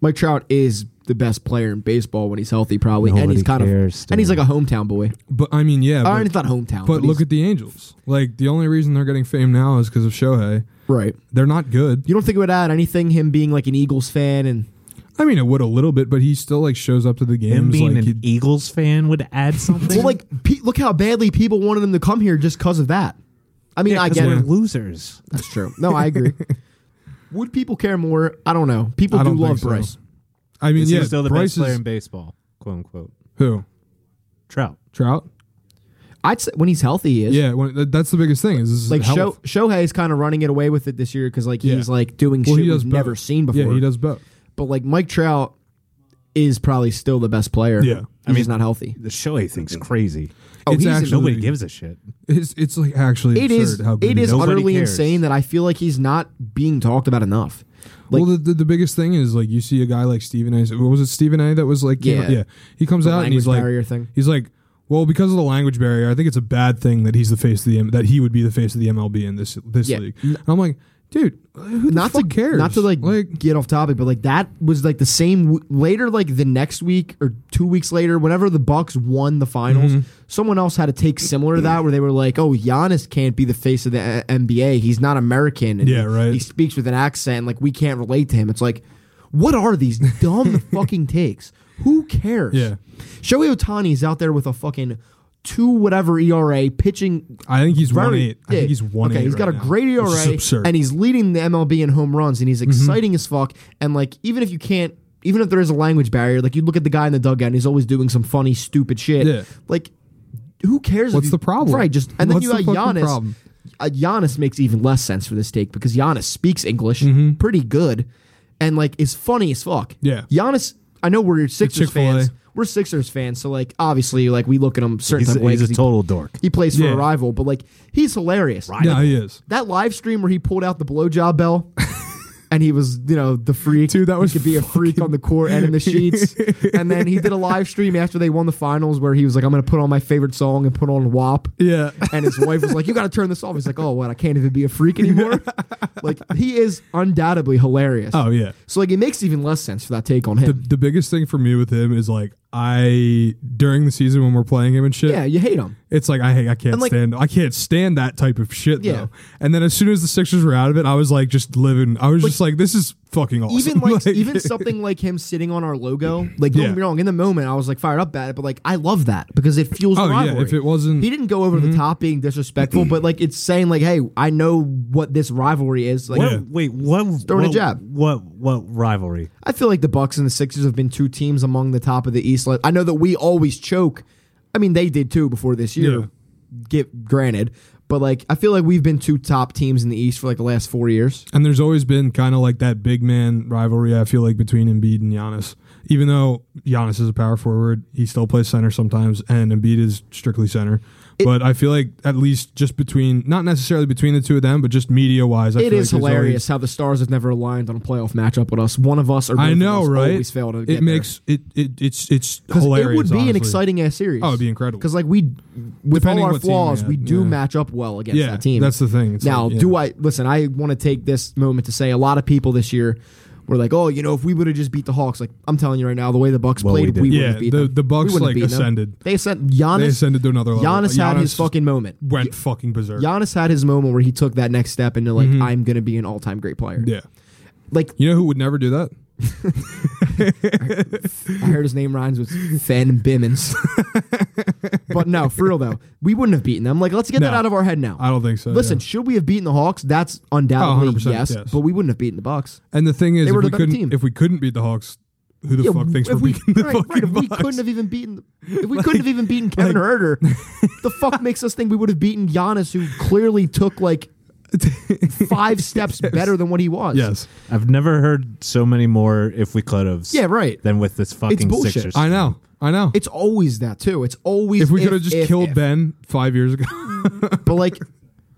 Mike Trout is the best player in baseball when he's healthy, probably, and
Nobody
he's kind
cares,
of and he's
dude.
like a hometown boy.
But I mean, yeah.
Or
but-
it's not hometown,
But
but,
look
he's-
at the Angels. Like the only reason they're getting fame now is because of Shohei.
right.
They're not good.
You don't think it would add anything him being like an Eagles fan and
I mean, it would a little bit, but he still like shows up to the games.
Him being
like,
an
he-
Eagles fan would add something.
Well, like, pe- look how badly people wanted him to come here just because of that. I mean, I
'Cause
get
we're
it.
losers.
That's true. No, I agree. Would people care more? I don't know. People
I
do
don't think
love
so.
Bryce.
I mean,
He's
yeah,
still the
Bryce
best player
is
in baseball, quote unquote.
who
Trout.
Trout.
I'd say when he's healthy, he is.
Yeah, when, that, that's the biggest thing. Is this
Like
health.
Sho- Shohei's kind of running it away with it this year because like
Yeah.
he's like doing
Well,
shit
he
we've
does both.
never seen before.
Yeah, he does both.
But like Mike Trout is probably still the best player.
Yeah.
I mean, he's not healthy.
The Shohei thing's crazy.
Oh,
it's
he's in-
actually
Nobody gives a shit.
It's, it's like actually
It is.
absurd how good
It
he
is
Nobody
utterly
cares.
insane that I feel like he's not being talked about enough. Like,
well, the, the, the biggest thing is like you see a guy like Stephen A. What was it Stephen A. that was like came-
Yeah.
yeah he comes
The
out and he's
language
like
barrier thing.
he's like well because of the language barrier I think it's a bad thing that he's the face of the M- that he would be the face of the MLB in this this
Yeah.
league. And I'm like dude who
not
the
to
fuck cares
not to like, get off topic, but like that was like the same w- later, like the next week or two weeks later, whenever the Bucks won the finals,
Mm-hmm.
someone else had a take similar to that where they were like, "Oh, Giannis can't be the face of the uh, A- NBA. He's not American. And
Yeah,
he-
right.
He speaks with an accent. Like we can't relate to him. It's like, what are these dumb fucking takes? Who cares?
Yeah.
Shohei Otani's out there with a fucking two whatever ERA pitching
I think he's one
very-
eight I
yeah.
think he's one
okay,
eight.
He's got
right
a
now,
great
which is
ERA,
absurd. Mm-hmm.
and he's leading the MLB in home runs, and he's exciting as fuck. And like, even if you can't, even if there is a language barrier, like you look at the guy in the dugout, and he's always doing some funny, stupid shit.
Yeah.
Like, who cares? if
What's
you-
the problem?
Right. Just and then
What's
you
the
got
fucking
Giannis.
problem?
Uh, Giannis makes even less sense for this take because Giannis speaks English pretty good, and like is funny as fuck.
Mm-hmm. Yeah.
Giannis. I know we're Sixers
Chick-fil-A.
fans. We're Sixers fans, so like obviously, like we look at him certain
He's,
type of way
he's
'cause
a
he-
total dork.
he plays for
Yeah.
a rival, but like he's hilarious.
yeah he is
That live stream where he pulled out the blowjob bell and he was, you know, the freak. Dude, that was he could be a freak on the court and in the sheets. and then he did a live stream after they won the finals where he was like, I'm gonna put on my favorite song and put on WAP.
yeah
And his wife was like, You gotta turn this off. He's like, Oh what, I can't even be a freak anymore. like he is undoubtedly hilarious.
oh yeah
So like it makes even less sense for that take on
the
him.
the biggest thing for me with him is like I during the season when we're playing him and shit,
Yeah, you hate him.
it's like I hate, I can't
And, like-
stand I can't stand that type of shit
Yeah.
though. And then as soon as the Sixers were out of it, I was like just living. I was just like this is fucking awesome.
Even like, even something like him sitting on our logo. Like don't
Yeah.
get me wrong, in the moment I was like fired up at it, but like I love that because it fuels
Oh, yeah,
rivalry.
if it wasn't- Mm-hmm.
he didn't go over the top being disrespectful, but like it's saying like, hey, I know what this rivalry is. Like
What, Wait, what?
Throwing a
what-
jab.
What? What rivalry?
I feel like the Bucks and the Sixers have been two teams among the top of the East. Like, I know that we always choke. I mean, they did too before this year.
Yeah.
Get granted, but like I feel like we've been two top teams in the East for like the last four years.
And there's always been kind of like that big man rivalry, I feel like, between Embiid and Giannis. Even though Giannis is a power forward, he still plays center sometimes, and Embiid is strictly center. but I feel like at least just between, not necessarily between the two of them, but just media wise, I
It
feel
is
like there's
hilarious how the Stars have never aligned on a playoff matchup with us. One of us or both
Always, I know,
of us
right?
always fail to get
it makes it, it it's it's
there. 'Cause
hilarious.
It would be an
honestly.
exciting ass series.
Oh, it'd be incredible.
Because like we, with
Depending
all our
what team we
flaws,
had,
we do
yeah.
match up well against
Yeah,
that team.
that's the thing. It's
now,
like, yeah.
do I listen? I want to take this moment to say a lot of people this year were like, "Oh, you know, if we would have just beat the Hawks," like I'm telling you right now, the way the Bucks
Well, we
played,
did.
we, would
Yeah,
have beat
the-
them.
the Bucks,
We wouldn't have
like,
beat them.
ascended.
They ascended. Giannis
They ascended to another level.
Giannis, had his
Giannis
fucking moment.
went fucking berserk.
Giannis had his moment where he took that next step into like, "I'm going to be an all-time great player."
Mm-hmm. Yeah,
Like
you know who would never do that?
I heard his name rhymes with Fan Bimmins. but no, for real though, we wouldn't have beaten them. Like, let's get that
No.
out of our head now.
I don't think so.
Listen,
yeah.
should we have beaten the Hawks? That's undoubtedly
100%
yes,
yes.
but we wouldn't have beaten the Bucks.
And the thing is,
They
if
were
we
the better
couldn't,
team.
if we couldn't beat the Hawks, who the fuck thinks
if
we're
we,
beating the
right,
fucking
right, if we
Bucks?
couldn't have even beaten, if we couldn't have even beaten Kevin Herder, the fuck makes us think we would have beaten Giannis, who clearly took like five steps better than what he was.
yes,
I've never heard so many more if we could have.
Yeah, right.
Than with this fucking
bullshit.
Sixers.
I know, I know.
It's always that too. It's always
if we could have just
if,
killed
if.
Ben five years ago,
But like,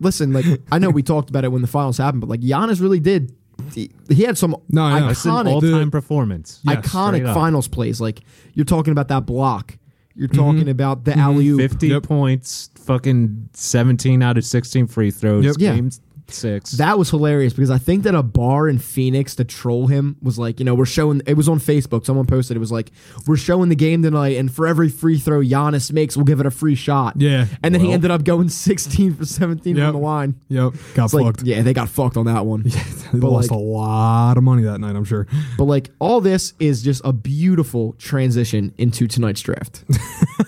listen, like I know we talked about it when the finals happened, but like Giannis really did. He, he had some
No, I know.
That's an
iconic,
all-time performance.
Yeah. Yes,
iconic
straight up.
finals plays. Like you're talking about that block. You're
Mm-hmm.
talking about the alley oop.
Fifty
Yep.
points, fucking seventeen out of sixteen free throws.
Yep.
Yeah.
Game six.
That was hilarious because I think that a bar in Phoenix to troll him was like, you know, we're showing it was on Facebook. Someone posted it was like, we're showing the game tonight, and for every free throw Giannis makes, we'll give it a free shot.
Yeah.
and then he
Well.
ended up going 16 for 17
Yep.
from the line.
yep, got
It's like,
fucked.
yeah, they got fucked on that one.
They
but
lost
like-
a lot of money that night. I'm sure.
But like, all this is just a beautiful transition into tonight's draft.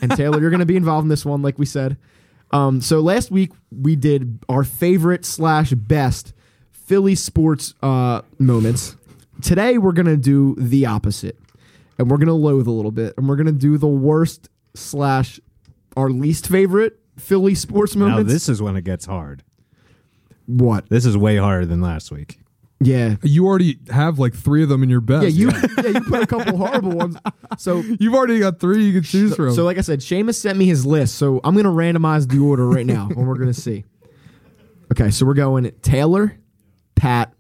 and Taylor, you're going to be involved in this one, like we said. Um, so last week we did our favorite slash best Philly sports uh, moments. Today we're going to do the opposite, and we're going to loathe a little bit, and we're going to do the worst slash our least favorite Philly sports
now
moments.
this is when it gets hard.
what?
This is way harder than last week.
Yeah.
You already have like three of them in your best.
Yeah, you yeah, you put a couple horrible ones. So
have already got three you can choose from.
So, like I said, Seamus sent me his list. So, I'm going to randomize the order right now, and we're going to see. Okay, so we're going Taylor, Pat,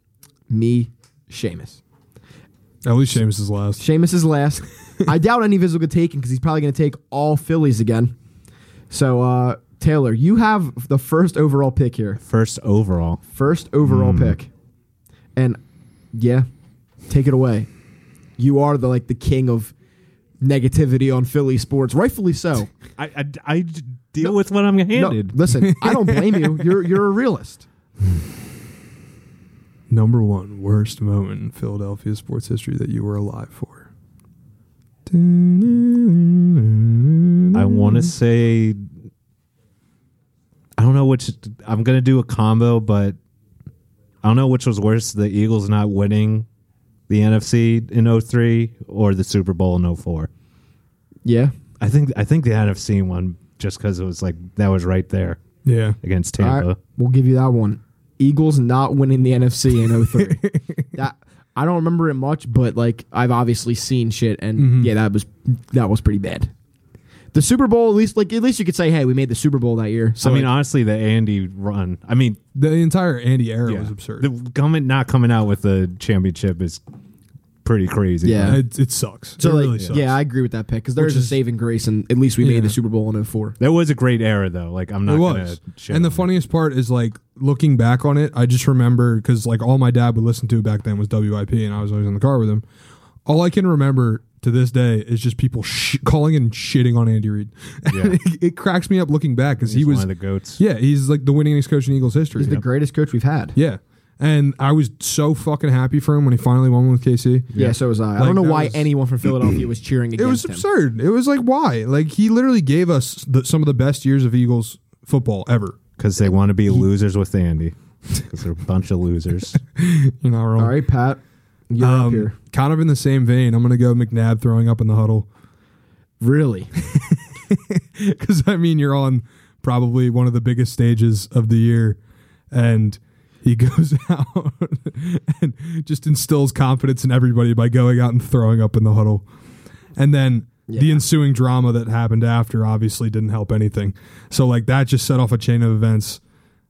me, Seamus.
at least James is last.
Seamus is last. I doubt any of his will get taken because he's probably going to take all Phillies again. So, uh, Taylor, you have the first overall pick here.
First overall.
First overall pick. And yeah, take it away. You are the like the king of negativity on Philly sports, rightfully so.
I I, I d- deal with what I'm handed.
No, listen, I don't blame you. You're you're a realist.
Number one worst moment in Philadelphia sports history that you were alive for.
I
Mm.
want to say. I don't know which. I'm gonna do a combo, but I don't know which was worse: the Eagles not winning the NFC in 03 or the Super Bowl in 04.
Yeah.
I think I think the NFC one just because it was like that was right there
Yeah,
against
All
Tampa.
right. We'll give you that one. Eagles not winning the NFC in 03. that I don't remember it much, but like I've obviously seen shit and
Mm-hmm.
yeah, that was that was pretty bad. The Super Bowl at least like at least you could say, hey, we made the Super Bowl that year. So
I mean,
like,
honestly, the Andy run. I mean,
the entire Andy era
yeah.
was absurd.
The government not coming out with the championship is pretty crazy.
Yeah.
it, it sucks.
so
it
like,
really sucks.
yeah, I agree with that pick because there's
Which
a
is-
saving grace, and at least we
Yeah.
made the Super Bowl in 04.
that was a great era though. Like I'm not.
it
gonna
was.
shit
And the
on it.
funniest part is like looking back on it, I just remember because like all my dad would listen to back then was WIP, and I was always in the car with him. All I can remember to this day is just people sh- calling and shitting on Andy Reid.
Yeah.
it, it cracks me up looking back because he
He's
was
one of the goats.
yeah he's like the winningest coach in Eagles history.
He's the greatest coach we've had.
yeah, and I was so fucking happy for him when he finally won with KC.
Yeah, so was I. I
Like,
don't know
that
why
was-
anyone from Philadelphia was cheering against
It was
him.
absurd. It was like why? Like he literally gave us the, some of the best years of Eagles football ever.
Because they want to be losers with Andy. Because they're a bunch of losers.
You're not wrong.
All right, Pat, you're up here.
Um, kind of in the same vein, I'm going to go McNabb throwing up in the huddle
Really?
because I mean you're on probably one of the biggest stages of the year, and he goes out and just instills confidence in everybody by going out and throwing up in the huddle, and then the
Yeah.
ensuing drama that happened after obviously didn't help anything. So like that just set off a chain of events.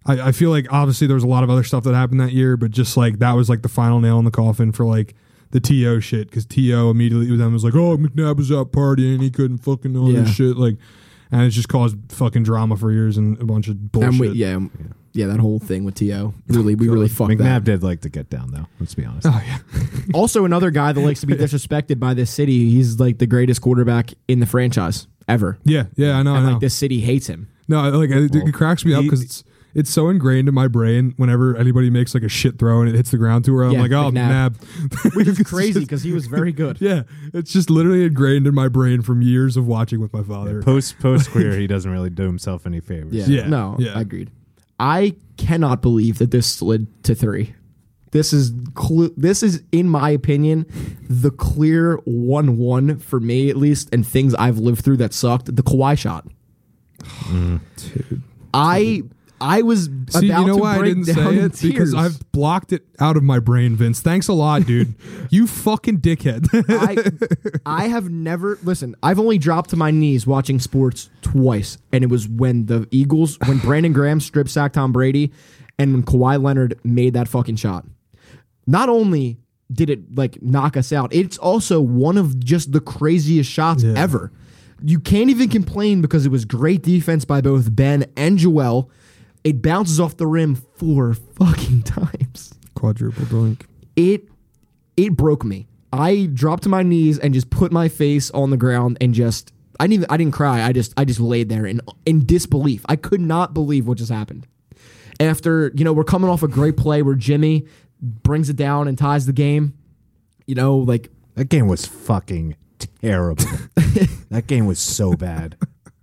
I, I feel like obviously there was a lot of other stuff that happened that year, but just like that was like the final nail in the coffin for like the To shit because To immediately then was like, oh McNabb was out partying, he couldn't fucking all
Yeah.
this shit like, and it's just caused fucking drama for years and a bunch of bullshit.
And we, yeah, um, yeah, that whole thing with To really, we really fucked
McNabb
that.
did like to get down, though. Let's be honest.
Oh yeah,
Also, another guy that likes to be disrespected by this city. He's like the greatest quarterback in the franchise ever.
yeah, yeah. I know. I
and
know.
like this city hates him.
No, like it, it cracks me up
he-
because it's it's so ingrained in my brain. Whenever anybody makes like a shit throw and it hits the ground to her, I'm
Yeah,
like, oh,
McNabb."
nab.
Which is crazy because he was very good.
yeah, it's just literally ingrained in my brain from years of watching with my father.
Post post career, he doesn't really do himself any favors.
Yeah.
Yeah,
No,
yeah.
I agreed. I cannot believe that this slid to three. This is clu- this is, in my opinion, the clear one-one for me at least, and things I've lived through that sucked. The Kawhi shot. I I was
See,
about
you know
to
why I
break
didn't
down
say
in
it because
tears.
I've blocked it out of my brain, Vince. Thanks a lot, dude. you fucking dickhead.
I I have never listen. I've only dropped to my knees watching sports twice, and it was when the Eagles, when Brandon Graham strip sacked Tom Brady, and when Kawhi Leonard made that fucking shot. Not only did it like knock us out, it's also one of just the craziest shots ever. You can't even complain because it was great defense by both Ben and Joel. It bounces off the rim four fucking times
Quadruple doink.
it it broke me. I dropped to my knees and just put my face on the ground and just I didn't even, I didn't cry. I just I just laid there in in disbelief. I could not believe what just happened. After you know we're coming off a great play where Jimmy brings it down and ties the game. You know like
That game was fucking terrible. that game was so bad.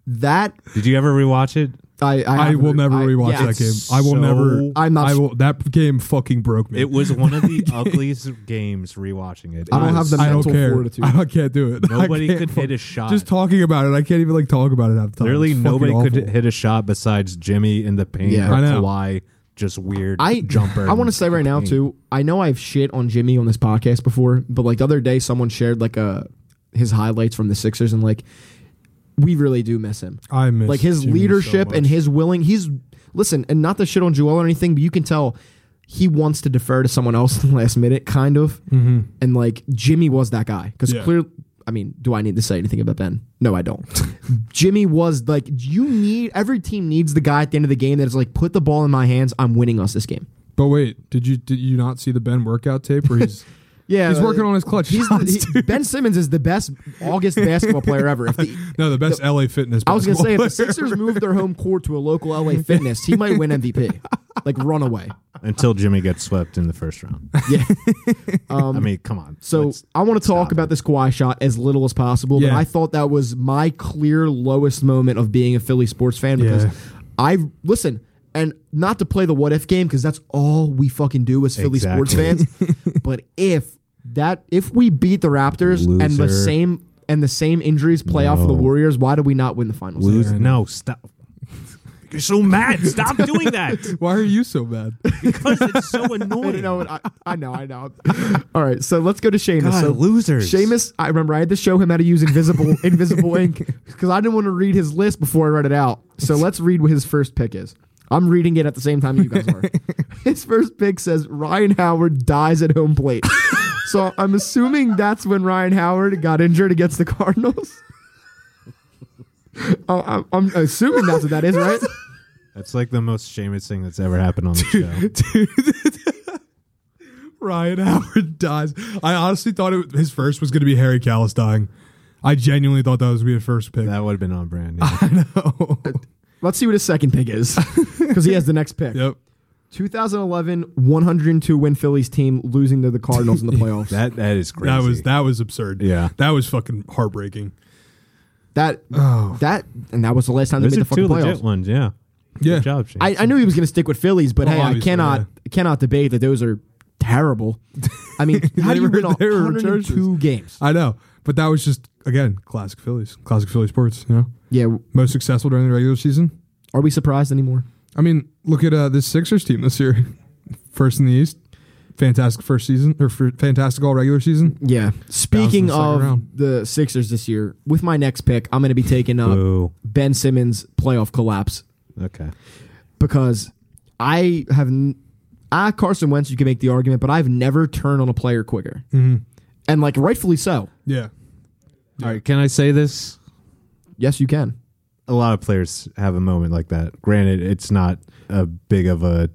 that.
Did you ever rewatch it?
I I,
I will
haven't-
never
I-
rewatch
yeah,
that
it's-
game. I will
so-
never.
I'm not-
I will, that game fucking broke me.
It was one of the ugliest games rewatching it. It
I don't
was-
have the
I don't
mental
care.
fortitude.
I don't- can't do it. I
Nobody
can't
could
fuck-
hit a shot.
Just talking about it, I can't even like talk about it. Half the time.
Literally,
It's fucking
nobody could
awful.
hit a shot besides Jimmy in the paint
Yeah.
or
I know.
Kawhi. Just weird
I
jumper.
I want to say right now too. I know I've shit on Jimmy on this podcast before, but like the other day, someone shared like a his highlights from the Sixers, and like we really do miss him.
I miss
like his
Jimmy so
leadership and
much.
his willing. He's listen, and not to shit on Joel or anything, but you can tell he wants to defer to someone else in the last minute, kind of. Mm-hmm. And like Jimmy was that guy because
Yeah.
clearly. I mean, do I need to say anything about Ben? No, I don't. Jimmy was like, you need every team needs the guy at the end of the game that is like, put the ball in my hands. I'm winning us this game.
But wait, did you did you not see the Ben workout tape where he's
Yeah,
he's
uh,
working on his clutch
He's
shots?
the, he- ben Simmons is the best August basketball player ever. If the,
no, the best LA fitness.
I was gonna say if
basketball
the Sixers moved their home court to a local LA Fitness, he might win MVP, like runaway.
until Jimmy gets swept in the first round.
Yeah.
I mean, come on.
Um, So
Let's-
I want to talk about this Kawhi shot as little as possible, but
Yeah.
I thought that was my clear lowest moment of being a Philly sports fan because
Yeah.
I listen and not to play the what if game because that's all we fucking do as Philly sports
Exactly.
fans. but if that if we beat the Raptors and the
Loser.
same and the same injuries play off of the
No.
Warriors, why do we not win the finals?
lose. No, stop. You're so mad. Stop doing that
player. Why are you so bad?
because it's so
I
annoying.
know, I, I know, I know. All right, so let's go to Seamus.
God,
so
losers.
Seamus, I remember I had to show him how to use invisible invisible ink because I didn't want to read his list before I read it out. So let's read what his first pick is. I'm reading it at the same time you guys are. his first pick says Ryan Howard dies at home plate. so I'm assuming that's when Ryan Howard got injured against the Cardinals. Oh, I'm, I'm assuming that's what that is, right?
That's like the most shameless thing that's ever happened on the show.
Ryan Howard dies. I honestly thought it, his first was going to be Harry Callis dying. I genuinely thought that was going to be his first pick.
That would have been on brand. yeah.
Let's see what his second pick is because he has the next pick.
Yep.
2011 102 win Phillies team losing to the Cardinals in the playoffs. that
That that is crazy.
That was that was absurd.
Yeah.
That was fucking heartbreaking.
that, Oh. and that was the last time they
Those
made
are
the fucking
two legit
playoffs.
ones. Yeah.
Yeah.
Good job, Shane.
I, I knew he was going to stick with Phillies, but
Oh,
hey, I
obviously,
cannot cannot debate that those are terrible. I mean, how
They
do you
were-
win
they were
102
atrocious.
games?
I know, but that was just again classic Phillies, classic Philly sports. You know,
Yeah,
most successful during the regular season.
are we surprised anymore?
I mean, look at uh, this Sixers team this year, first in the East, fantastic first season or f- fantastic all regular season.
Yeah. Speaking
Bounced in the
of
second round.
the Sixers this year, with my next pick, I'm going to be taking up
Boo.
Ben Simmons' playoff collapse
Okay.
because I have. N- I, Carson Wentz, you can make the argument, but I've never turned on a player quicker. And, like, rightfully so.
Mm-hmm. Yeah,
All right. Can I say this?
Yes, you can.
a lot of players have a moment like that. Granted, it's not a big of a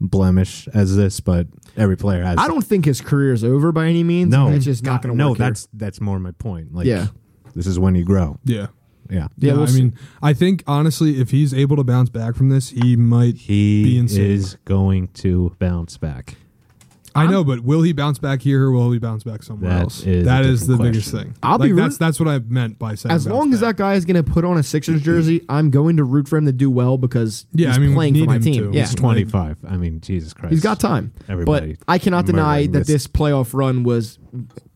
blemish as this, but every player has.
I don't think his career is over by any means.
No,
It's just not going to
No,
work. here.
that's that's more my point. Like,
Yeah.
this is when you grow.
yeah,
Yeah,
Yeah,
yeah.
we'll
I mean, I think honestly, if he's able to bounce back from this, he might. Be
he
insane.
is going to bounce back.
I know, but will he bounce back here or will he bounce back somewhere
That
else?
is
that
a
is the
different
biggest
question.
thing.
I'll be
Like, that's
root-
that's what I meant by saying.
as
bounce
long as
back.
that guy is going to put on a Sixers jersey, I'm going to root for him to do well because
Yeah,
he's
I mean, we
playing for
need
my
him
team.
to.
Yeah.
He's twenty five. I mean, Jesus Christ,
He's got time.
Everybody
but I cannot deny
murdering
that this.
this-
playoff run was.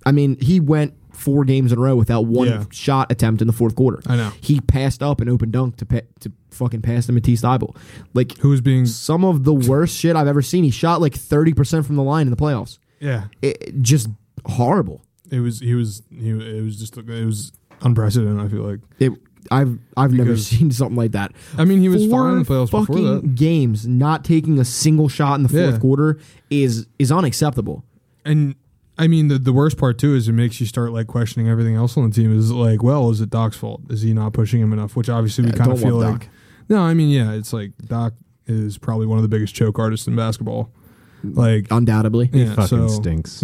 I mean, he went four games in a row without one
Yeah.
shot attempt in the fourth quarter.
I know.
He passed up an open dunk to pa- to fucking pass to Matisse Thybulle. Like
who is being
some of the worst shit I've ever seen. He shot like thirty percent from the line in the playoffs.
yeah,
It, it- just horrible.
it was he was he it was just it was unprecedented. I feel like.
It. I've I've never
Because-
seen something like that.
I mean, he was
Four
fine in the playoffs before
fucking
that.
games not taking a single shot in the fourth
Yeah.
quarter is is unacceptable.
and I mean the the worst part too is it makes you start like questioning everything else on the team. Is like, well, is it Doc's fault? Is he not pushing him enough? Which obviously we
Yeah,
kind of
don't
feel
love
like.
Doc.
No, I mean, yeah, it's like Doc is probably one of the biggest choke artists in basketball. Like,
Undoubtedly.
yeah,
fucking
so,
stinks.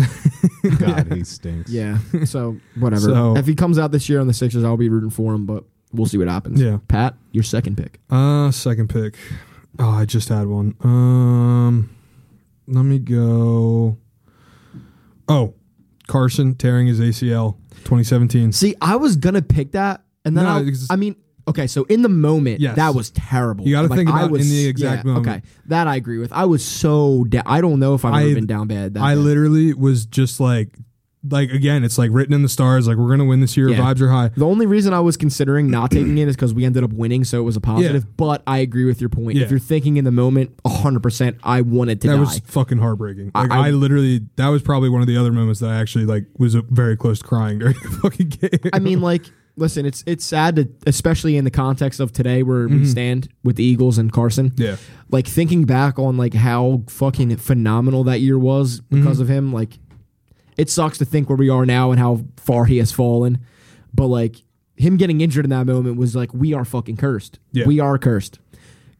God, he stinks.
Yeah. So whatever.
So-
if he comes out this year on the Sixers, I'll be rooting for him, but we'll see what happens.
Yeah.
Pat, your second pick.
Uh, second pick. Oh, I just had one. Um, let me go. Oh, Carson tearing his ACL, 2017.
See, I was gonna pick that, and then
No,
I,
because-
I mean, okay, so in the moment,
Yes.
that was terrible.
You gotta
Like,
think
I
about
was,
in the exact
yeah,
moment.
Okay, that I agree with. I was so down. I don't know if I've ever
I-
been down bad. That
I
bad.
literally was just like, like again, it's like written in the stars. Like we're gonna win this year.
Yeah.
Vibes are high.
The only reason I was considering not taking it is because we ended up winning, so it was a positive. But I agree with your point.
Yeah.
If you're thinking in the moment, 100, percent I wanted to
That
die.
was fucking heartbreaking. Like
I-
I, literally, that was probably one of the other moments that I actually like was uh, very close to crying during the fucking game.
I mean, like, listen, it's it's sad, to, especially in the context of today where we stand with the Eagles and Carson.
Mm-hmm. Yeah.
like thinking back on like how fucking phenomenal that year was because
Mm-hmm.
of him. Like, it sucks to think where we are now and how far he has fallen, but like him getting injured in that moment was like we are fucking cursed.
Yeah.
We are cursed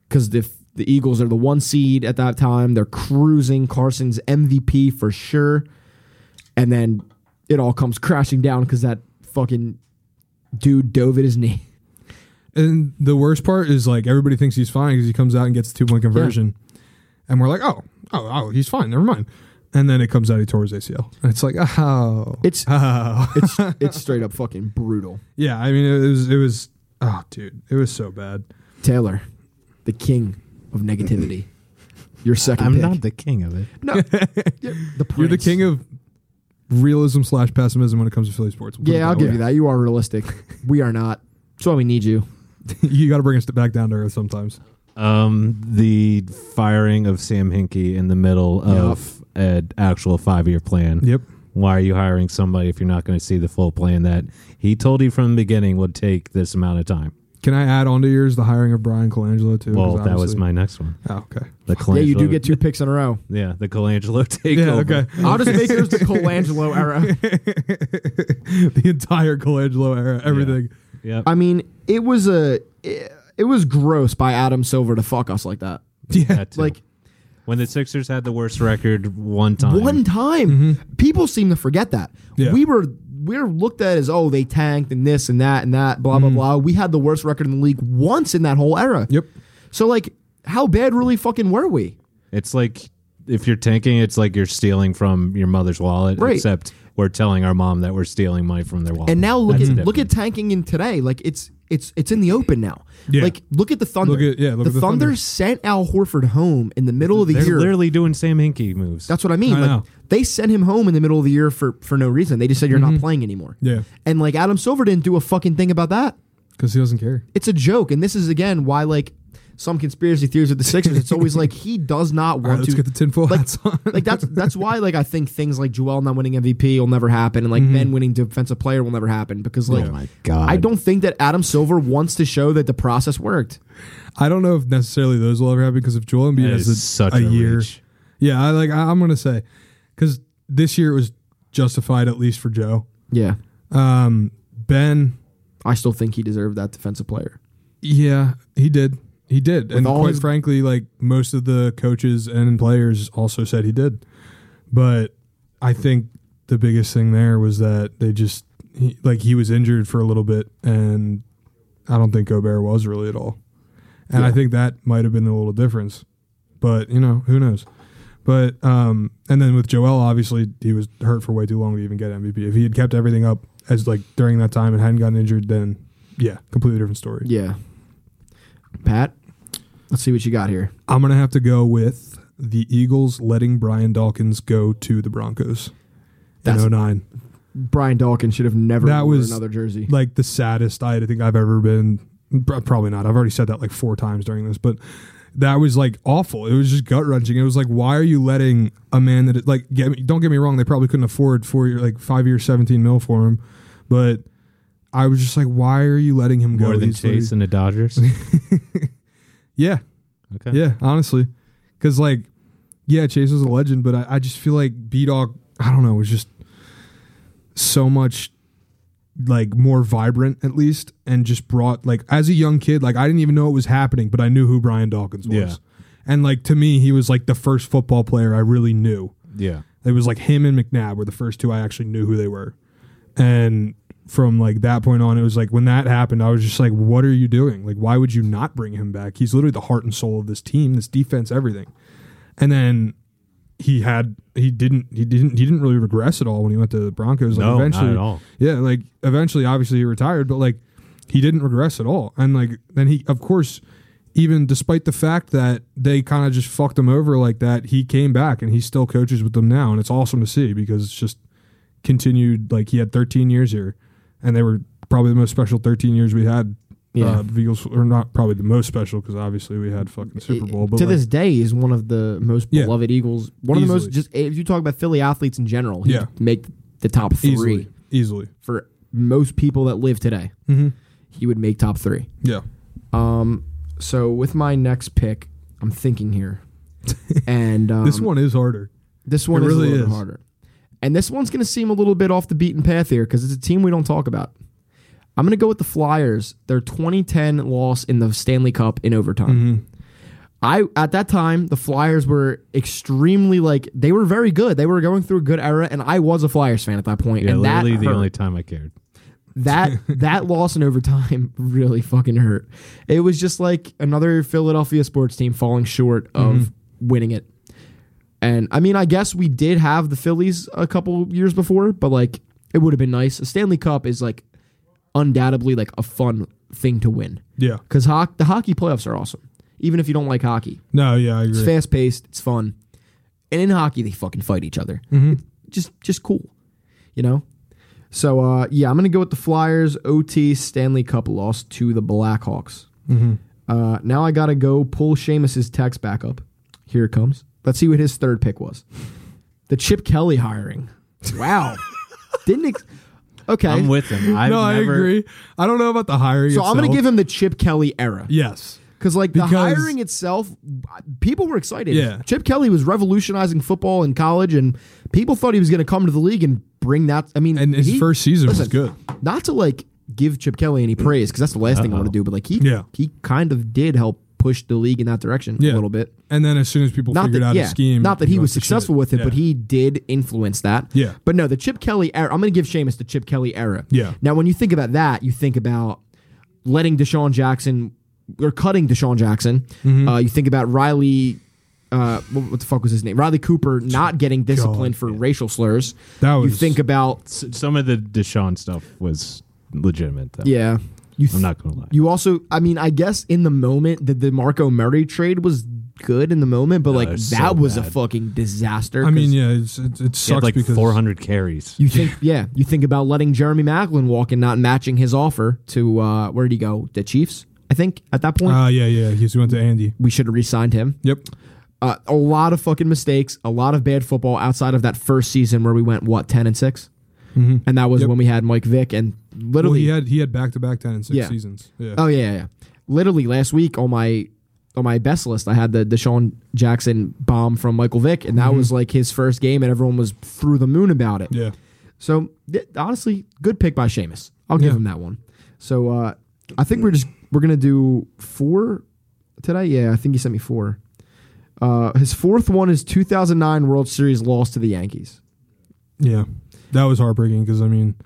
because the the Eagles are the one seed at that time. They're cruising. Carson's MVP for sure and then it all comes crashing down because that fucking dude dove at his knee.
and the worst part is like everybody thinks he's fine because he comes out and gets a two point conversion, and we're like, oh, oh, oh, he's fine. Never mind. And then it comes out he tore his ACL. And it's like, oh,
It's
oh.
it's it's straight up fucking brutal.
yeah. I mean, it was, it was, oh, dude, it was so bad.
Taylor, the king of negativity. Your 2nd
I'm
pick.
not the king of it.
no, you're the
You're the
prince.
king of realism slash pessimism when it comes to Philly sports. We'll put it
Yeah, I'll
that
give you that. You are realistic. we are not. That's why we need you.
way. you got to bring us back down to earth sometimes.
Um, the firing of Sam Hinkie in the middle of an actual five year plan.
Yep.
Why are you hiring somebody if you're not going to see the full plan that he told you from the beginning would take this amount of time?
Can I add on to yours the hiring of Brian Colangelo too?
Well,
'Cause
that was
obviously-
my next one.
Oh, okay.
The Colangelo,
Yeah, you do get two picks in a row.
yeah the Colangelo takeover.
Yeah, okay.
I'll just make yours the Colangelo era.
the entire Colangelo era, everything.
Yep.
I mean, it was a it, it was gross by Adam Silver to fuck us like that.
Yeah.
That too.
Like
When the Sixers had the worst record one time.
One time, Mm-hmm.
Mm-hmm.
people seem to forget that
Yeah.
we were we were looked at as oh they tanked and this and that and that blah blah blah. We had the worst record in the league once in that whole era.
Yep.
So like, how bad really fucking were we?
It's like if you're tanking, it's like you're stealing from your mother's wallet.
Right.
Except we're telling our mom that we're stealing money from their wallet.
And now look
That's
at
the
look at
difference.
tanking in today. Like it's it's it's in the open now.
Yeah.
Like look at the Thunder.
Look at- yeah, look
the,
at the
Thunder,
Thunder.
sent Al Horford home in the middle of the
they're
year.
literally doing Sam Hinkie moves.
That's what I mean.
I
like
know.
they sent him home in the middle of the year for for no reason. They just said you're
Mm-hmm.
not playing anymore.
Yeah.
And like Adam Silver didn't do a fucking thing about that.
Because he doesn't care.
It's a joke. And this is again why like some conspiracy theories with the Sixers. It's always like he does not
All right,
want
let's
to
get the tinfoil
like,
hats on.
like that's that's why like I think things like Joel not winning MVP will never happen, and like
Mm-hmm.
Ben winning defensive player will never happen because like
Oh
my God.
I don't think that Adam Silver wants to show that the process worked.
I don't know if necessarily those will ever happen because if Joel Embiid
That
has
is
a,
such
a
a
year,
reach.
yeah, I, like I, I'm gonna say, because this year it was justified at least for Joe.
Yeah,
Um, ben,
I still think he deserved that defensive player.
yeah, he did, he did, and
all
quite
his-
frankly, like most of the coaches and players also said he did, but I think the biggest thing there was that they just he, like he was injured for a little bit, and I don't think Gobert was really at all, and I
Yeah.
think that might have been a little difference, but you know who knows. But um, and then with Joel, obviously he was hurt for way too long to even get MVP. If he had kept everything up as like during that time and hadn't gotten injured, then yeah, completely different story.
Yeah, Pat, let's see what you got here.
I'm gonna have to go with the Eagles letting Brian Dawkins go to the Broncos oh
That's-
in 09.
Brian Dawkins should have never
That
worn
was-
another jersey.
Like the saddest I think I've ever been. Pro- Probably not. I've already said that like four times during this, but that was like awful. It was just gut wrenching. It was like, why are you letting a man that like get me, don't get me wrong, they probably couldn't afford four year like five year seventeen mil for him, but I was just like, why are you letting him go?
more than
He's literally-
Chase and the Dodgers.
yeah,
Okay.
Yeah, honestly, because like, yeah, Chase is a legend, but I, I just feel like B Dog. I don't know. Was just so much like more vibrant at least, and just brought like as a young kid, like I didn't even know it was happening, but I knew who Brian Dawkins was,
Yeah.
and like to me, he was like the first football player I really knew.
Yeah.
It was like him and McNabb were the first two I actually knew who they were. And from like that point on, it was like when that happened, I was just like, what are you doing? Like, why would you not bring him back? He's literally the heart and soul of this team, this defense, everything. And then he had he didn't he didn't he didn't really regress at all when he went to the Broncos. Like
No, not
eventually,
at all.
Yeah, like eventually obviously he retired, but like he didn't regress at all. And like then he of course even despite the fact that they kind of just fucked him over like that, he came back and he still coaches with them now, and it's awesome to see because it's just continued. Like he had 13 years here, and they were probably the most special 13 years we had.
Yeah.
Uh, Eagles or not probably the most special because obviously we had fucking Super Bowl. But
to
like,
this day, he's one of the most
Yeah.
beloved Eagles. One of the most
Easily.
just if you talk about Philly athletes in general, he'd
Yeah.
make the top three
easily, easily,
for most people that live today.
Mhm.
He would make top three.
yeah.
Um, so with my next pick, I'm thinking here, and um,
this one is harder.
this one
it
is
really
a little
is.
bit harder, and this one's going to seem a little bit off the beaten path here because it's a team we don't talk about. I'm going to go with the Flyers. Their 2010 loss in the Stanley Cup in
Mm-hmm.
Mm.
overtime. I at that time the Flyers were extremely like they were very good. They were going through a good era, and I was a Flyers fan at that point,
Yeah,
and that
literally the
hurt
only time I cared.
that that loss in overtime really fucking hurt. It was just like another Philadelphia sports team falling short of winning it. And I mean, I guess we did have the Phillies a couple years before, but like it would have been nice. A Stanley Cup is like undoubtedly like a fun thing to win
Yeah.
because hoc- the hockey playoffs are awesome. Even if you don't like hockey,
No. Yeah. I
it's
agree.
fast paced. It's fun. And in hockey, they fucking fight each other.
Mm-hmm.
Just, just cool, you know. So uh, yeah, I'm gonna go with the Flyers OT Stanley Cup loss to the Blackhawks.
Mm-hmm.
Uh, now I gotta go pull Seamus's text back up. Here it comes. Let's see what his third pick was. The Chip Kelly hiring. Wow. Didn't. Ex- okay.
I'm with him. I've
no,
never,
I agree. I don't know about the hiring.
so I'm gonna
itself.
give him the Chip Kelly era.
yes.
Because like the
Because-
hiring itself, people were excited.
Yeah.
Chip Kelly was revolutionizing football in college, and people thought he was going to come to the league and bring that. I mean,
And his
he-
first season was
listen,
good.
Not to like give Chip Kelly any praise because that's the last thing I want to do, but like he
Yeah.
he kind of did help pushed the league in that direction
Yeah.
a little bit.
And then as soon as people
Not
figured
that,
out
yeah,
a scheme,
not that he
you
was
have to shit
successful with it, but
Yeah.
he did influence that.
Yeah.
But no, the Chip Kelly era. I'm going to give Seamus the Chip Kelly era.
Yeah.
Now, when you think about that, you think about letting Deshaun Jackson or cutting Deshaun Jackson.
Mm-hmm.
Uh, you think about Riley. Uh, what what the fuck was his name? Riley Cooper not getting disciplined for racial slurs.
That
you
was-
think about
S- Some of the Deshaun stuff was legitimate, though.
yeah. You th-
I'm not gonna lie.
You also, I mean, I guess in the moment that the Marco Murray trade was good in the moment, but like
it
that
was
was
so
a
bad.
fucking disaster.
I mean,
'cause
yeah, it's, it, it
He had
sucks
like
because
400 carries.
You think, yeah, you think about letting Jeremy Macklin walk and not matching his offer to uh, where did he go? The Chiefs, I think. At that point,
Ah, yeah, yeah, because he went to Andy.
we should have re-signed him.
Yep.
Uh, a lot of fucking mistakes, a lot of bad football outside of that first season where we went what ten and 6 and that was
Mm-hmm. Yep.
when we had Mike Vick and
Well,
literally
he had he had back to back ten and six
Yeah.
seasons. Yeah.
Oh yeah, yeah, yeah. Literally last week on my on my best list, I had the Deshaun Jackson bomb from Michael Vick, and that
Mm-hmm.
was like his first game, and everyone was through the moon about it.
yeah.
So th- honestly, good pick by Seamus. I'll give
Yeah.
him that one. So uh, I think we're just we're gonna do four today. Yeah, I think he sent me four. Uh, his fourth one is 2009 World Series loss to the Yankees.
Yeah, that was heartbreaking because I mean,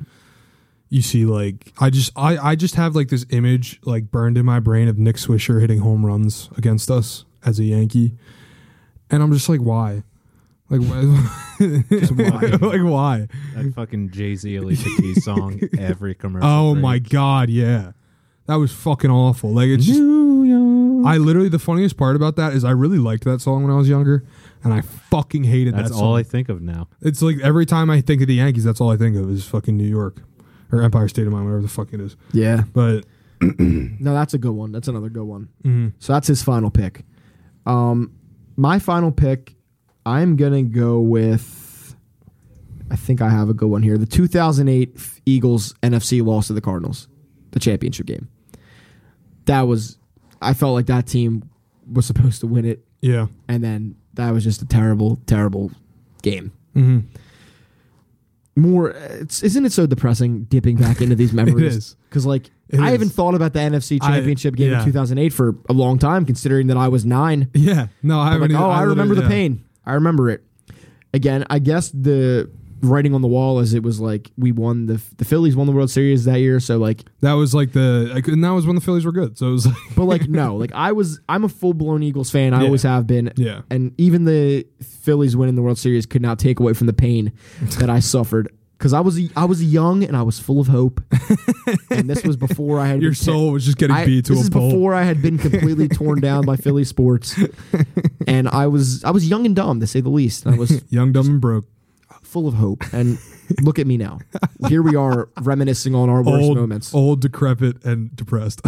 you see, like I just I I just have like this image like burned in my brain of Nick Swisher hitting home runs against us as a Yankee, and I'm just like, why? Like, why? like why?
That fucking Jay Z Alicia Keys song, every commercial.
Oh
break.
my god, yeah. That was fucking awful. Like it's just I literally the funniest part about that is I really liked that song when I was younger and I fucking hated
That's
that song.
all I think of now.
It's like every time I think of the Yankees, that's all I think of is fucking New York or Empire State of Mind, whatever the fuck it is.
Yeah,
But mm-hmm,
No, that's a good one. That's another good one. So that's his final pick. Um, my final pick, I'm gonna go with. I think I have a good one here. The 2008 Eagles NFC loss to the Cardinals, the championship game. That was, I felt like that team was supposed to win it,
yeah.
and then that was just a terrible, terrible game.
Mm-hmm.
More, it's, isn't it so depressing dipping back into these memories?
is.
because like
It
I
is.
haven't thought about the NFC
I-
Championship game
yeah.
in 2008 for a long time, considering that I was nine.
Yeah. No, I
I'm
haven't
like,
either.
oh, I, remember
literally-
the
yeah.
pain. I remember it. Again, I guess the writing on the wall is it was like we won the the Phillies won the World Series that year, so like,
That was like the like, and that was when the Phillies were good. So it was like
but like no, like I was I'm a full blown Eagles fan. I
Yeah.
always have been.
Yeah.
And even the Phillies winning the World Series could not take away from the pain that I suffered. Because I was I was young and I was full of hope, and this was before I had
your
been ta-
soul was just getting
I-
beat to
this
a
is
pulp.
before I had been completely torn down by Philly sports, and I was I was young and dumb to say the least. And I was
Young, dumb, and broke.
full of hope, and look at me now. Here we are reminiscing on our worst
old,
moments.
old, decrepit, and depressed.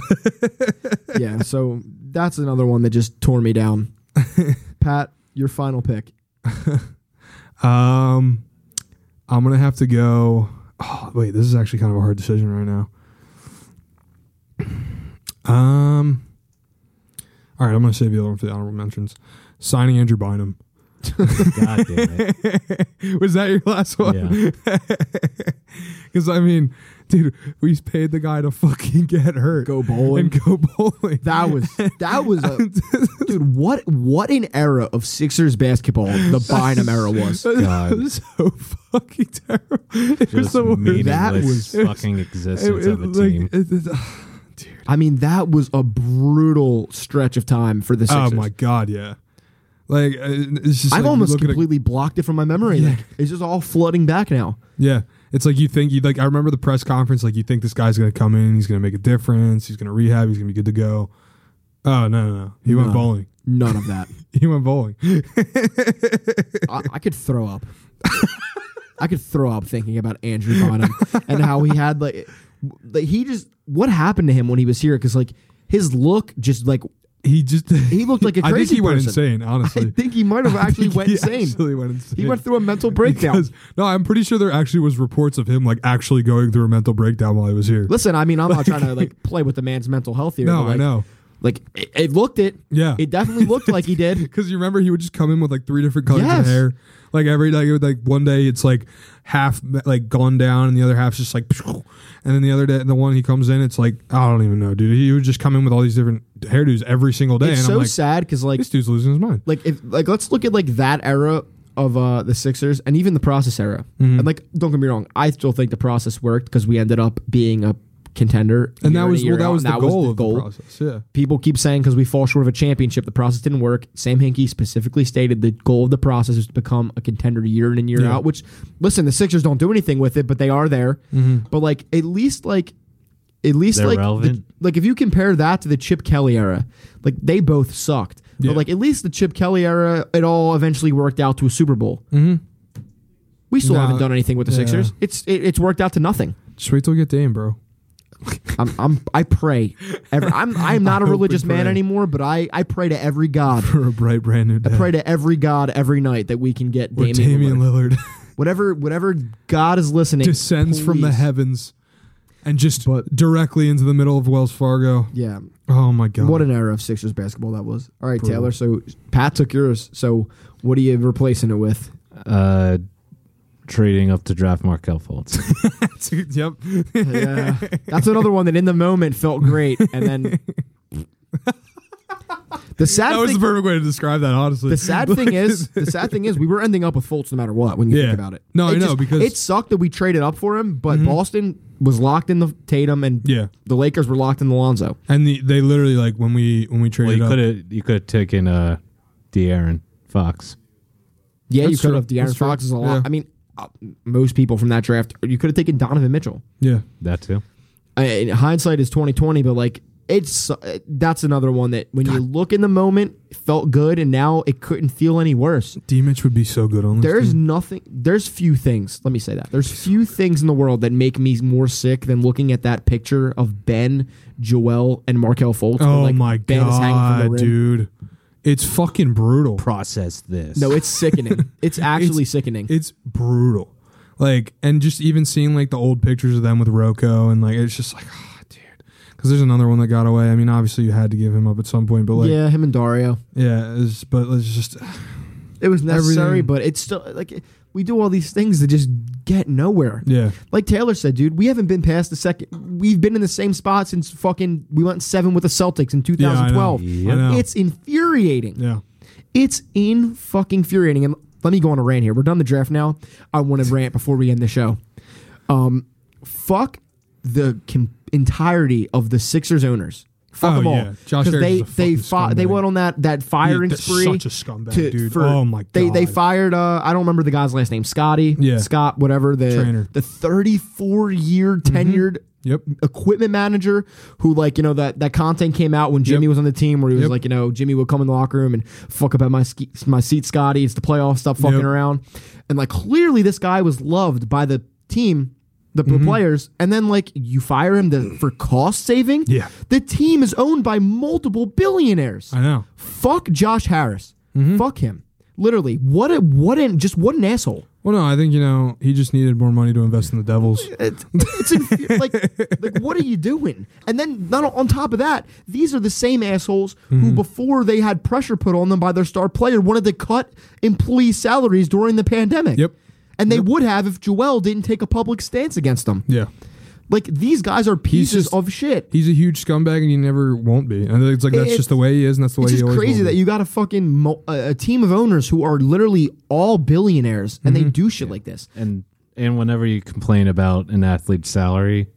Yeah, so that's another one that just tore me down. Pat, your final pick.
Um, I'm gonna have to go. Oh, wait, this is actually kind of a hard decision right now. Um, all right, I'm gonna save the other one for the honorable mentions. Signing Andrew Bynum.
God damn it.
Was that your last one?
Yeah.
Because I mean, dude, we paid the guy to fucking get hurt,
Go bowling.
and go bowling.
That was that was a dude. What what an era of Sixers basketball the Bynum era was.
That was so fucking terrible. It was
Just
the worst.
meaningless
That was-
fucking
It-
existence
it-
of a
like,
team.
it- it-
I mean, that was a brutal stretch of time for the Sixers.
Oh my god, yeah. Like uh, it's just
I've
like,
almost
look at a-
completely blocked it from my memory. Like, it's just all flooding back now.
yeah. It's like you think you like. I remember the press conference. Like you think this guy's gonna come in, he's gonna make a difference, he's gonna rehab, he's gonna be good to go. Oh no, no, no. He went
No.
bowling.
None of that.
He went bowling.
I, I could throw up. I could throw up thinking about Andrew Bonham and how he had like, like he just what happened to him when he was here because like his look just like
He just
he looked like a
I
crazy
think he went
person.
insane.
I
Honestly,
think he might have
I
actually
think
went
he
insane.
actually went insane.
he went through a mental breakdown.
Because- no, I'm pretty sure there actually was reports of him like actually going through a mental breakdown while he was here.
Listen, I mean, I'm not trying to like play with the man's mental health here.
no,
but, like,
I know.
Like it, it looked it.
Yeah.
It definitely looked like he did.
Because you remember he would just come in with like three different colors
Yes.
of hair. Like every like it would, like one day it's like half like gone down and the other half's just like, and then the other day the one he comes in it's like I don't even know, dude. He would just come in with all these different hairdos every single day,
It's
and
so
I'm like,
sad because like
this dude's losing his mind.
like if like let's look at like that era of uh the Sixers and even the process era.
Mm-hmm.
And like don't get me wrong, I still think the process worked because we ended up being a contender.
And
year
that
in,
was
year
well, that
out,
was
and
the goal of the process. Yeah,
People keep saying because we fall short of a championship, the process didn't work. Sam Hinkie specifically stated the goal of the process is to become a contender year in and year
Yeah.
out. Which, listen, the Sixers don't do anything with it, but they are there.
Mm-hmm.
But like, at least like, at least
They're
like, the-
relevant.
like if you compare that to the Chip Kelly era, like they both sucked.
Yeah.
But like, at least the Chip Kelly era, it all eventually worked out to a Super Bowl. Mm-hmm. We still
No,
haven't done anything with the
yeah.
Sixers. It's it, it's worked out to nothing.
just wait till we get Dame, bro.
I'm, I'm I pray. Every, I'm I'm not a
hope we
religious man
pray.
anymore, but I I pray to every god.
For a bright brand new day.
I pray to every god every night that we can get
Or
Damian,
Damian
Lillard.
Lillard
Whatever whatever god is listening
descends from the
please.
heavens and just
But-
directly into the middle of Wells Fargo.
Yeah.
Oh my god!
What an era of Sixers basketball that was. All right,
Brutal.
Taylor. So Pat took yours. So what are you replacing it with?
Uh, trading up to draft Markel Fultz.
yep.
Yeah. That's another one that in the moment felt great and then The sad
That was
thing
the perfect way to describe that, honestly.
The sad thing is, the sad thing is, we were ending up with Fultz no matter what. When you
Yeah.
think about it,
No,
it
I know, because- Mm-hmm.
it sucked that we traded up for him, but Boston was locked in the Tatum, and
Yeah.
the Lakers were locked in Lonzo.
and the, they literally like when we when we
well,
traded
you could
up.
have you could have taken uh, De'Aaron Fox.
Yeah, you
That's
could
true.
have De'Aaron
That's true.
Fox is a lot.
Yeah.
I mean, uh, most people from that draft, you could have taken Donovan Mitchell.
Yeah,
That too.
I, in hindsight is twenty twenty, but like it's uh, that's another one that when you look in the moment it felt good, and now it couldn't feel any worse.
D Mitch would be so good on this.
There's
team.
nothing. There's few things. Let me say that. There's few things in the world that make me more sick than looking at that picture of Ben, Joel, and Markel Fultz. when,
oh
like,
my
ben is hanging from
god,
the rim.
dude, it's fucking brutal.
Process this.
No, it's sickening. it's actually
It's-
sickening.
It's brutal. Like and just even seeing like the old pictures of them with Rocco and like it's just like oh, dude. Because there's another one that got away. I mean, obviously you had to give him up at some point, but like yeah,
yeah, him and Dario.
it's, but it's just
It was necessary,
Everything-
but it's still like we do all these things that just get nowhere.
yeah.
Like Taylor said, dude, we haven't been past the second. We've been in the same spot since fucking we went seven with the Celtics in
Yeah, I know.
2012.
I know.
It's infuriating.
Yeah.
It's in fucking furiating. And let me go on a rant here. We're done the draft now. I want to rant before we end the show. Um, fuck the com- entirety of the Sixers owners. Fuck
Oh,
them all.
yeah. Josh
'Cause
Harris
they
is a
they
fucking
fi- they
scumbag.
went on that that firing
Dude, that's
spree.
such a scumbag,
to-
dude.
for-
oh my god.
They they fired. Uh, I don't remember the guy's last name. Scotty.
Yeah.
Scott. Whatever the
Trainer. Mm-hmm.
the thirty four year tenured
Yep.
equipment manager who like you know that that content came out when Jimmy
Yep.
was on the team where he was
Yep.
like you know Jimmy would come in the locker room and fuck about my ski, my seat Scotty it's the playoff stuff fucking
Yep.
around and like clearly this guy was loved by the team the
Mm-hmm.
the players and then like you fire him to, for cost saving
Yeah.
the team is owned by multiple billionaires
I know.
fuck Josh Harris
Mm-hmm.
fuck him literally what a what an just what an asshole
Well, no, I think you know he just needed more money to invest in the Devils.
it's, it's infu- like like what are you doing? And then not on- on top of that, these are the same assholes
Mm-hmm.
who before they had pressure put on them by their star player wanted to cut employee salaries during the pandemic.
Yep.
And they would have if Joel didn't take a public stance against them.
Yeah,
Like these guys are pieces
just-
of shit.
he's a huge scumbag, and he never won't be. And it's like that's
It's-
just the way he is, and that's the way
It's
he
just
always
crazy
will
that
be.
you got a fucking mo- a a team of owners who are literally all billionaires and
Mm-hmm.
they do shit like this.
and and whenever you complain about an athlete's salary,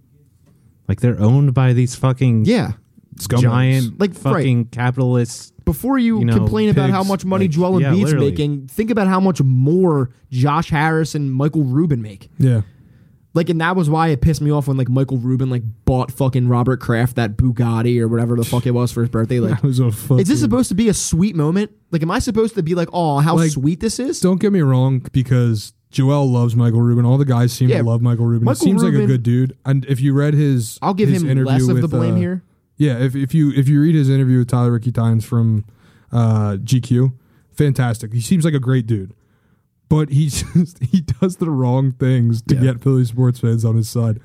like they're owned by these fucking
Yeah.
Scumbags.
giant
Like,
like
right.
fucking capitalists.
before you,
you know,
complain about how
pigs,
much money
like,
Joel
yeah,
Embiid's
literally.
making, think about how much more Josh Harris and Michael Rubin make.
Yeah,
Like, and that was why it pissed me off when like Michael Rubin like bought fucking Robert Kraft that Bugatti or whatever the fuck it was for his birthday. Like,
I was a fucking-
is this supposed to be a sweet moment? Like, am I supposed to be like, oh, how
Like,
sweet this is?
Don't get me wrong, because Joel loves Michael Rubin. All the guys seem
Yeah,
to love Michael Rubin.
Michael
he seems like
Rubin-
a good dude. And if you read his,
I'll give
his
him
interview
less of
with,
the blame
uh,
here.
Yeah, if, if you if you read his interview with Tyler Ricky Times from uh, GQ, fantastic. He seems like a great dude, but he just he does the wrong things to get Philly sports fans on his side.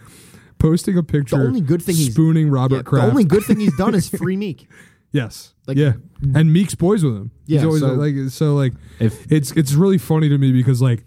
Posting a picture,
only good thing he's-
spooning Robert
Yeah, the
Kraft.
only good thing he's done is free Meek.
Yes.
Like- mm.
yeah. And Meek's boys with him. He's
Yeah,
always
so-
like so like
If
it's it's really funny to me because like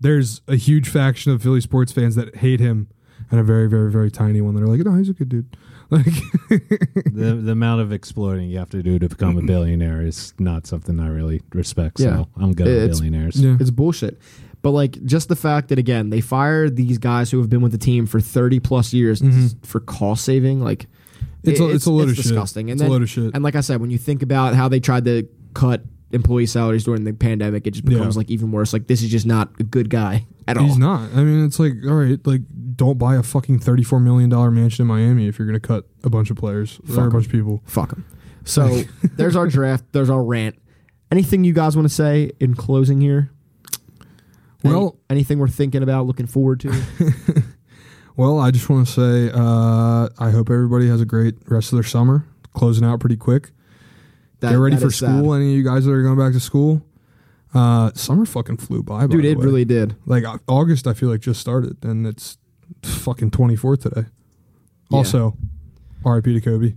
there's a huge faction of Philly sports fans that hate him and a very, very, very tiny one that are like, No, he's a good dude. Like
the, the amount of exploiting you have to do to become a billionaire is not something I really respect.
Yeah.
So I'm good at
It's-
billionaires.
Yeah.
It's bullshit. But like just the fact that again they fired these guys who have been with the team for thirty plus years for cost saving, like
Mm-hmm. It's a- it's a load of shit.
disgusting. And
It's a
then,
load of shit.
And like I said, when you think about how they tried to cut employee salaries during the pandemic, it just becomes
Yeah.
like even worse. Like this is just not a good guy at all.
He's not. I mean, it's like, all right, like, don't buy a fucking thirty-four million dollar mansion in Miami if you're gonna cut a bunch of players or a bunch of people.
Fuck him. So there's our draft. There's our rant. Anything you guys want to say in closing here? Any-
Well-
anything we're thinking about, looking forward to?
Well, I just want to say, uh, I hope everybody has a great rest of their summer. Closing out pretty quick.
That-
Get ready
that
for
is sad.
school. Any of you guys that are going back to school, uh, summer fucking flew by. by
dude.
the
It
way.
really did.
like uh, August. I feel like just started, and it's fucking twenty-four today.
Yeah.
Also, R.I.P. to Kobe.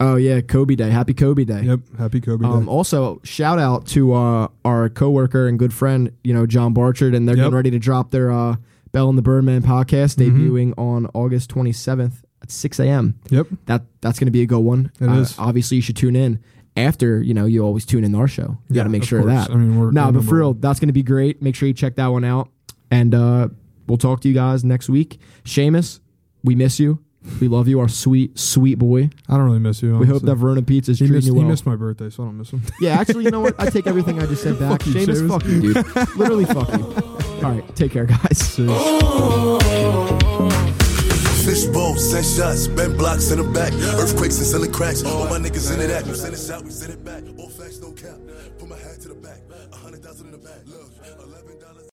Oh yeah, Kobe Day. Happy Kobe Day.
Yep, happy Kobe
Um,
Day.
also, shout out to uh, our coworker and good friend, you know, John Barchard, and they're
Yep. Mm-hmm.
getting ready to drop their uh, Bell and the Birdman podcast, debuting on August 27th at 6 a.m.
Yep.
That that's going to be a good one.
It
Uh,
is.
Obviously, you should tune in after. You know, you always tune in our show. You got
Yeah,
to make
of
sure of
course.
that.
I mean, we're-
no,
we're
but
number
for real,
one.
that's going to be great. Make sure you check that one out, and uh, we'll talk to you guys next week. Seamus, we miss you. We love you, our sweet, sweet boy.
I don't really miss you.
We hope
honestly.
that Verona Pizza's
He
treating
missed,
you
he
well.
missed my birthday, so I don't miss him.
Yeah, actually, you know what? I take everything I just said back.
Fuck you,
Seamus,
Seamus.
fuck you, dude. Literally, fuck you. All right, take care, guys.
Fish bones, send shots, bent blocks in the back. Earthquakes and selling cracks. All my niggas into that. You send it out, we send it back. All facts, no cap. Put my hat to the back. A hundred thousand in the back. Look, eleven dollars.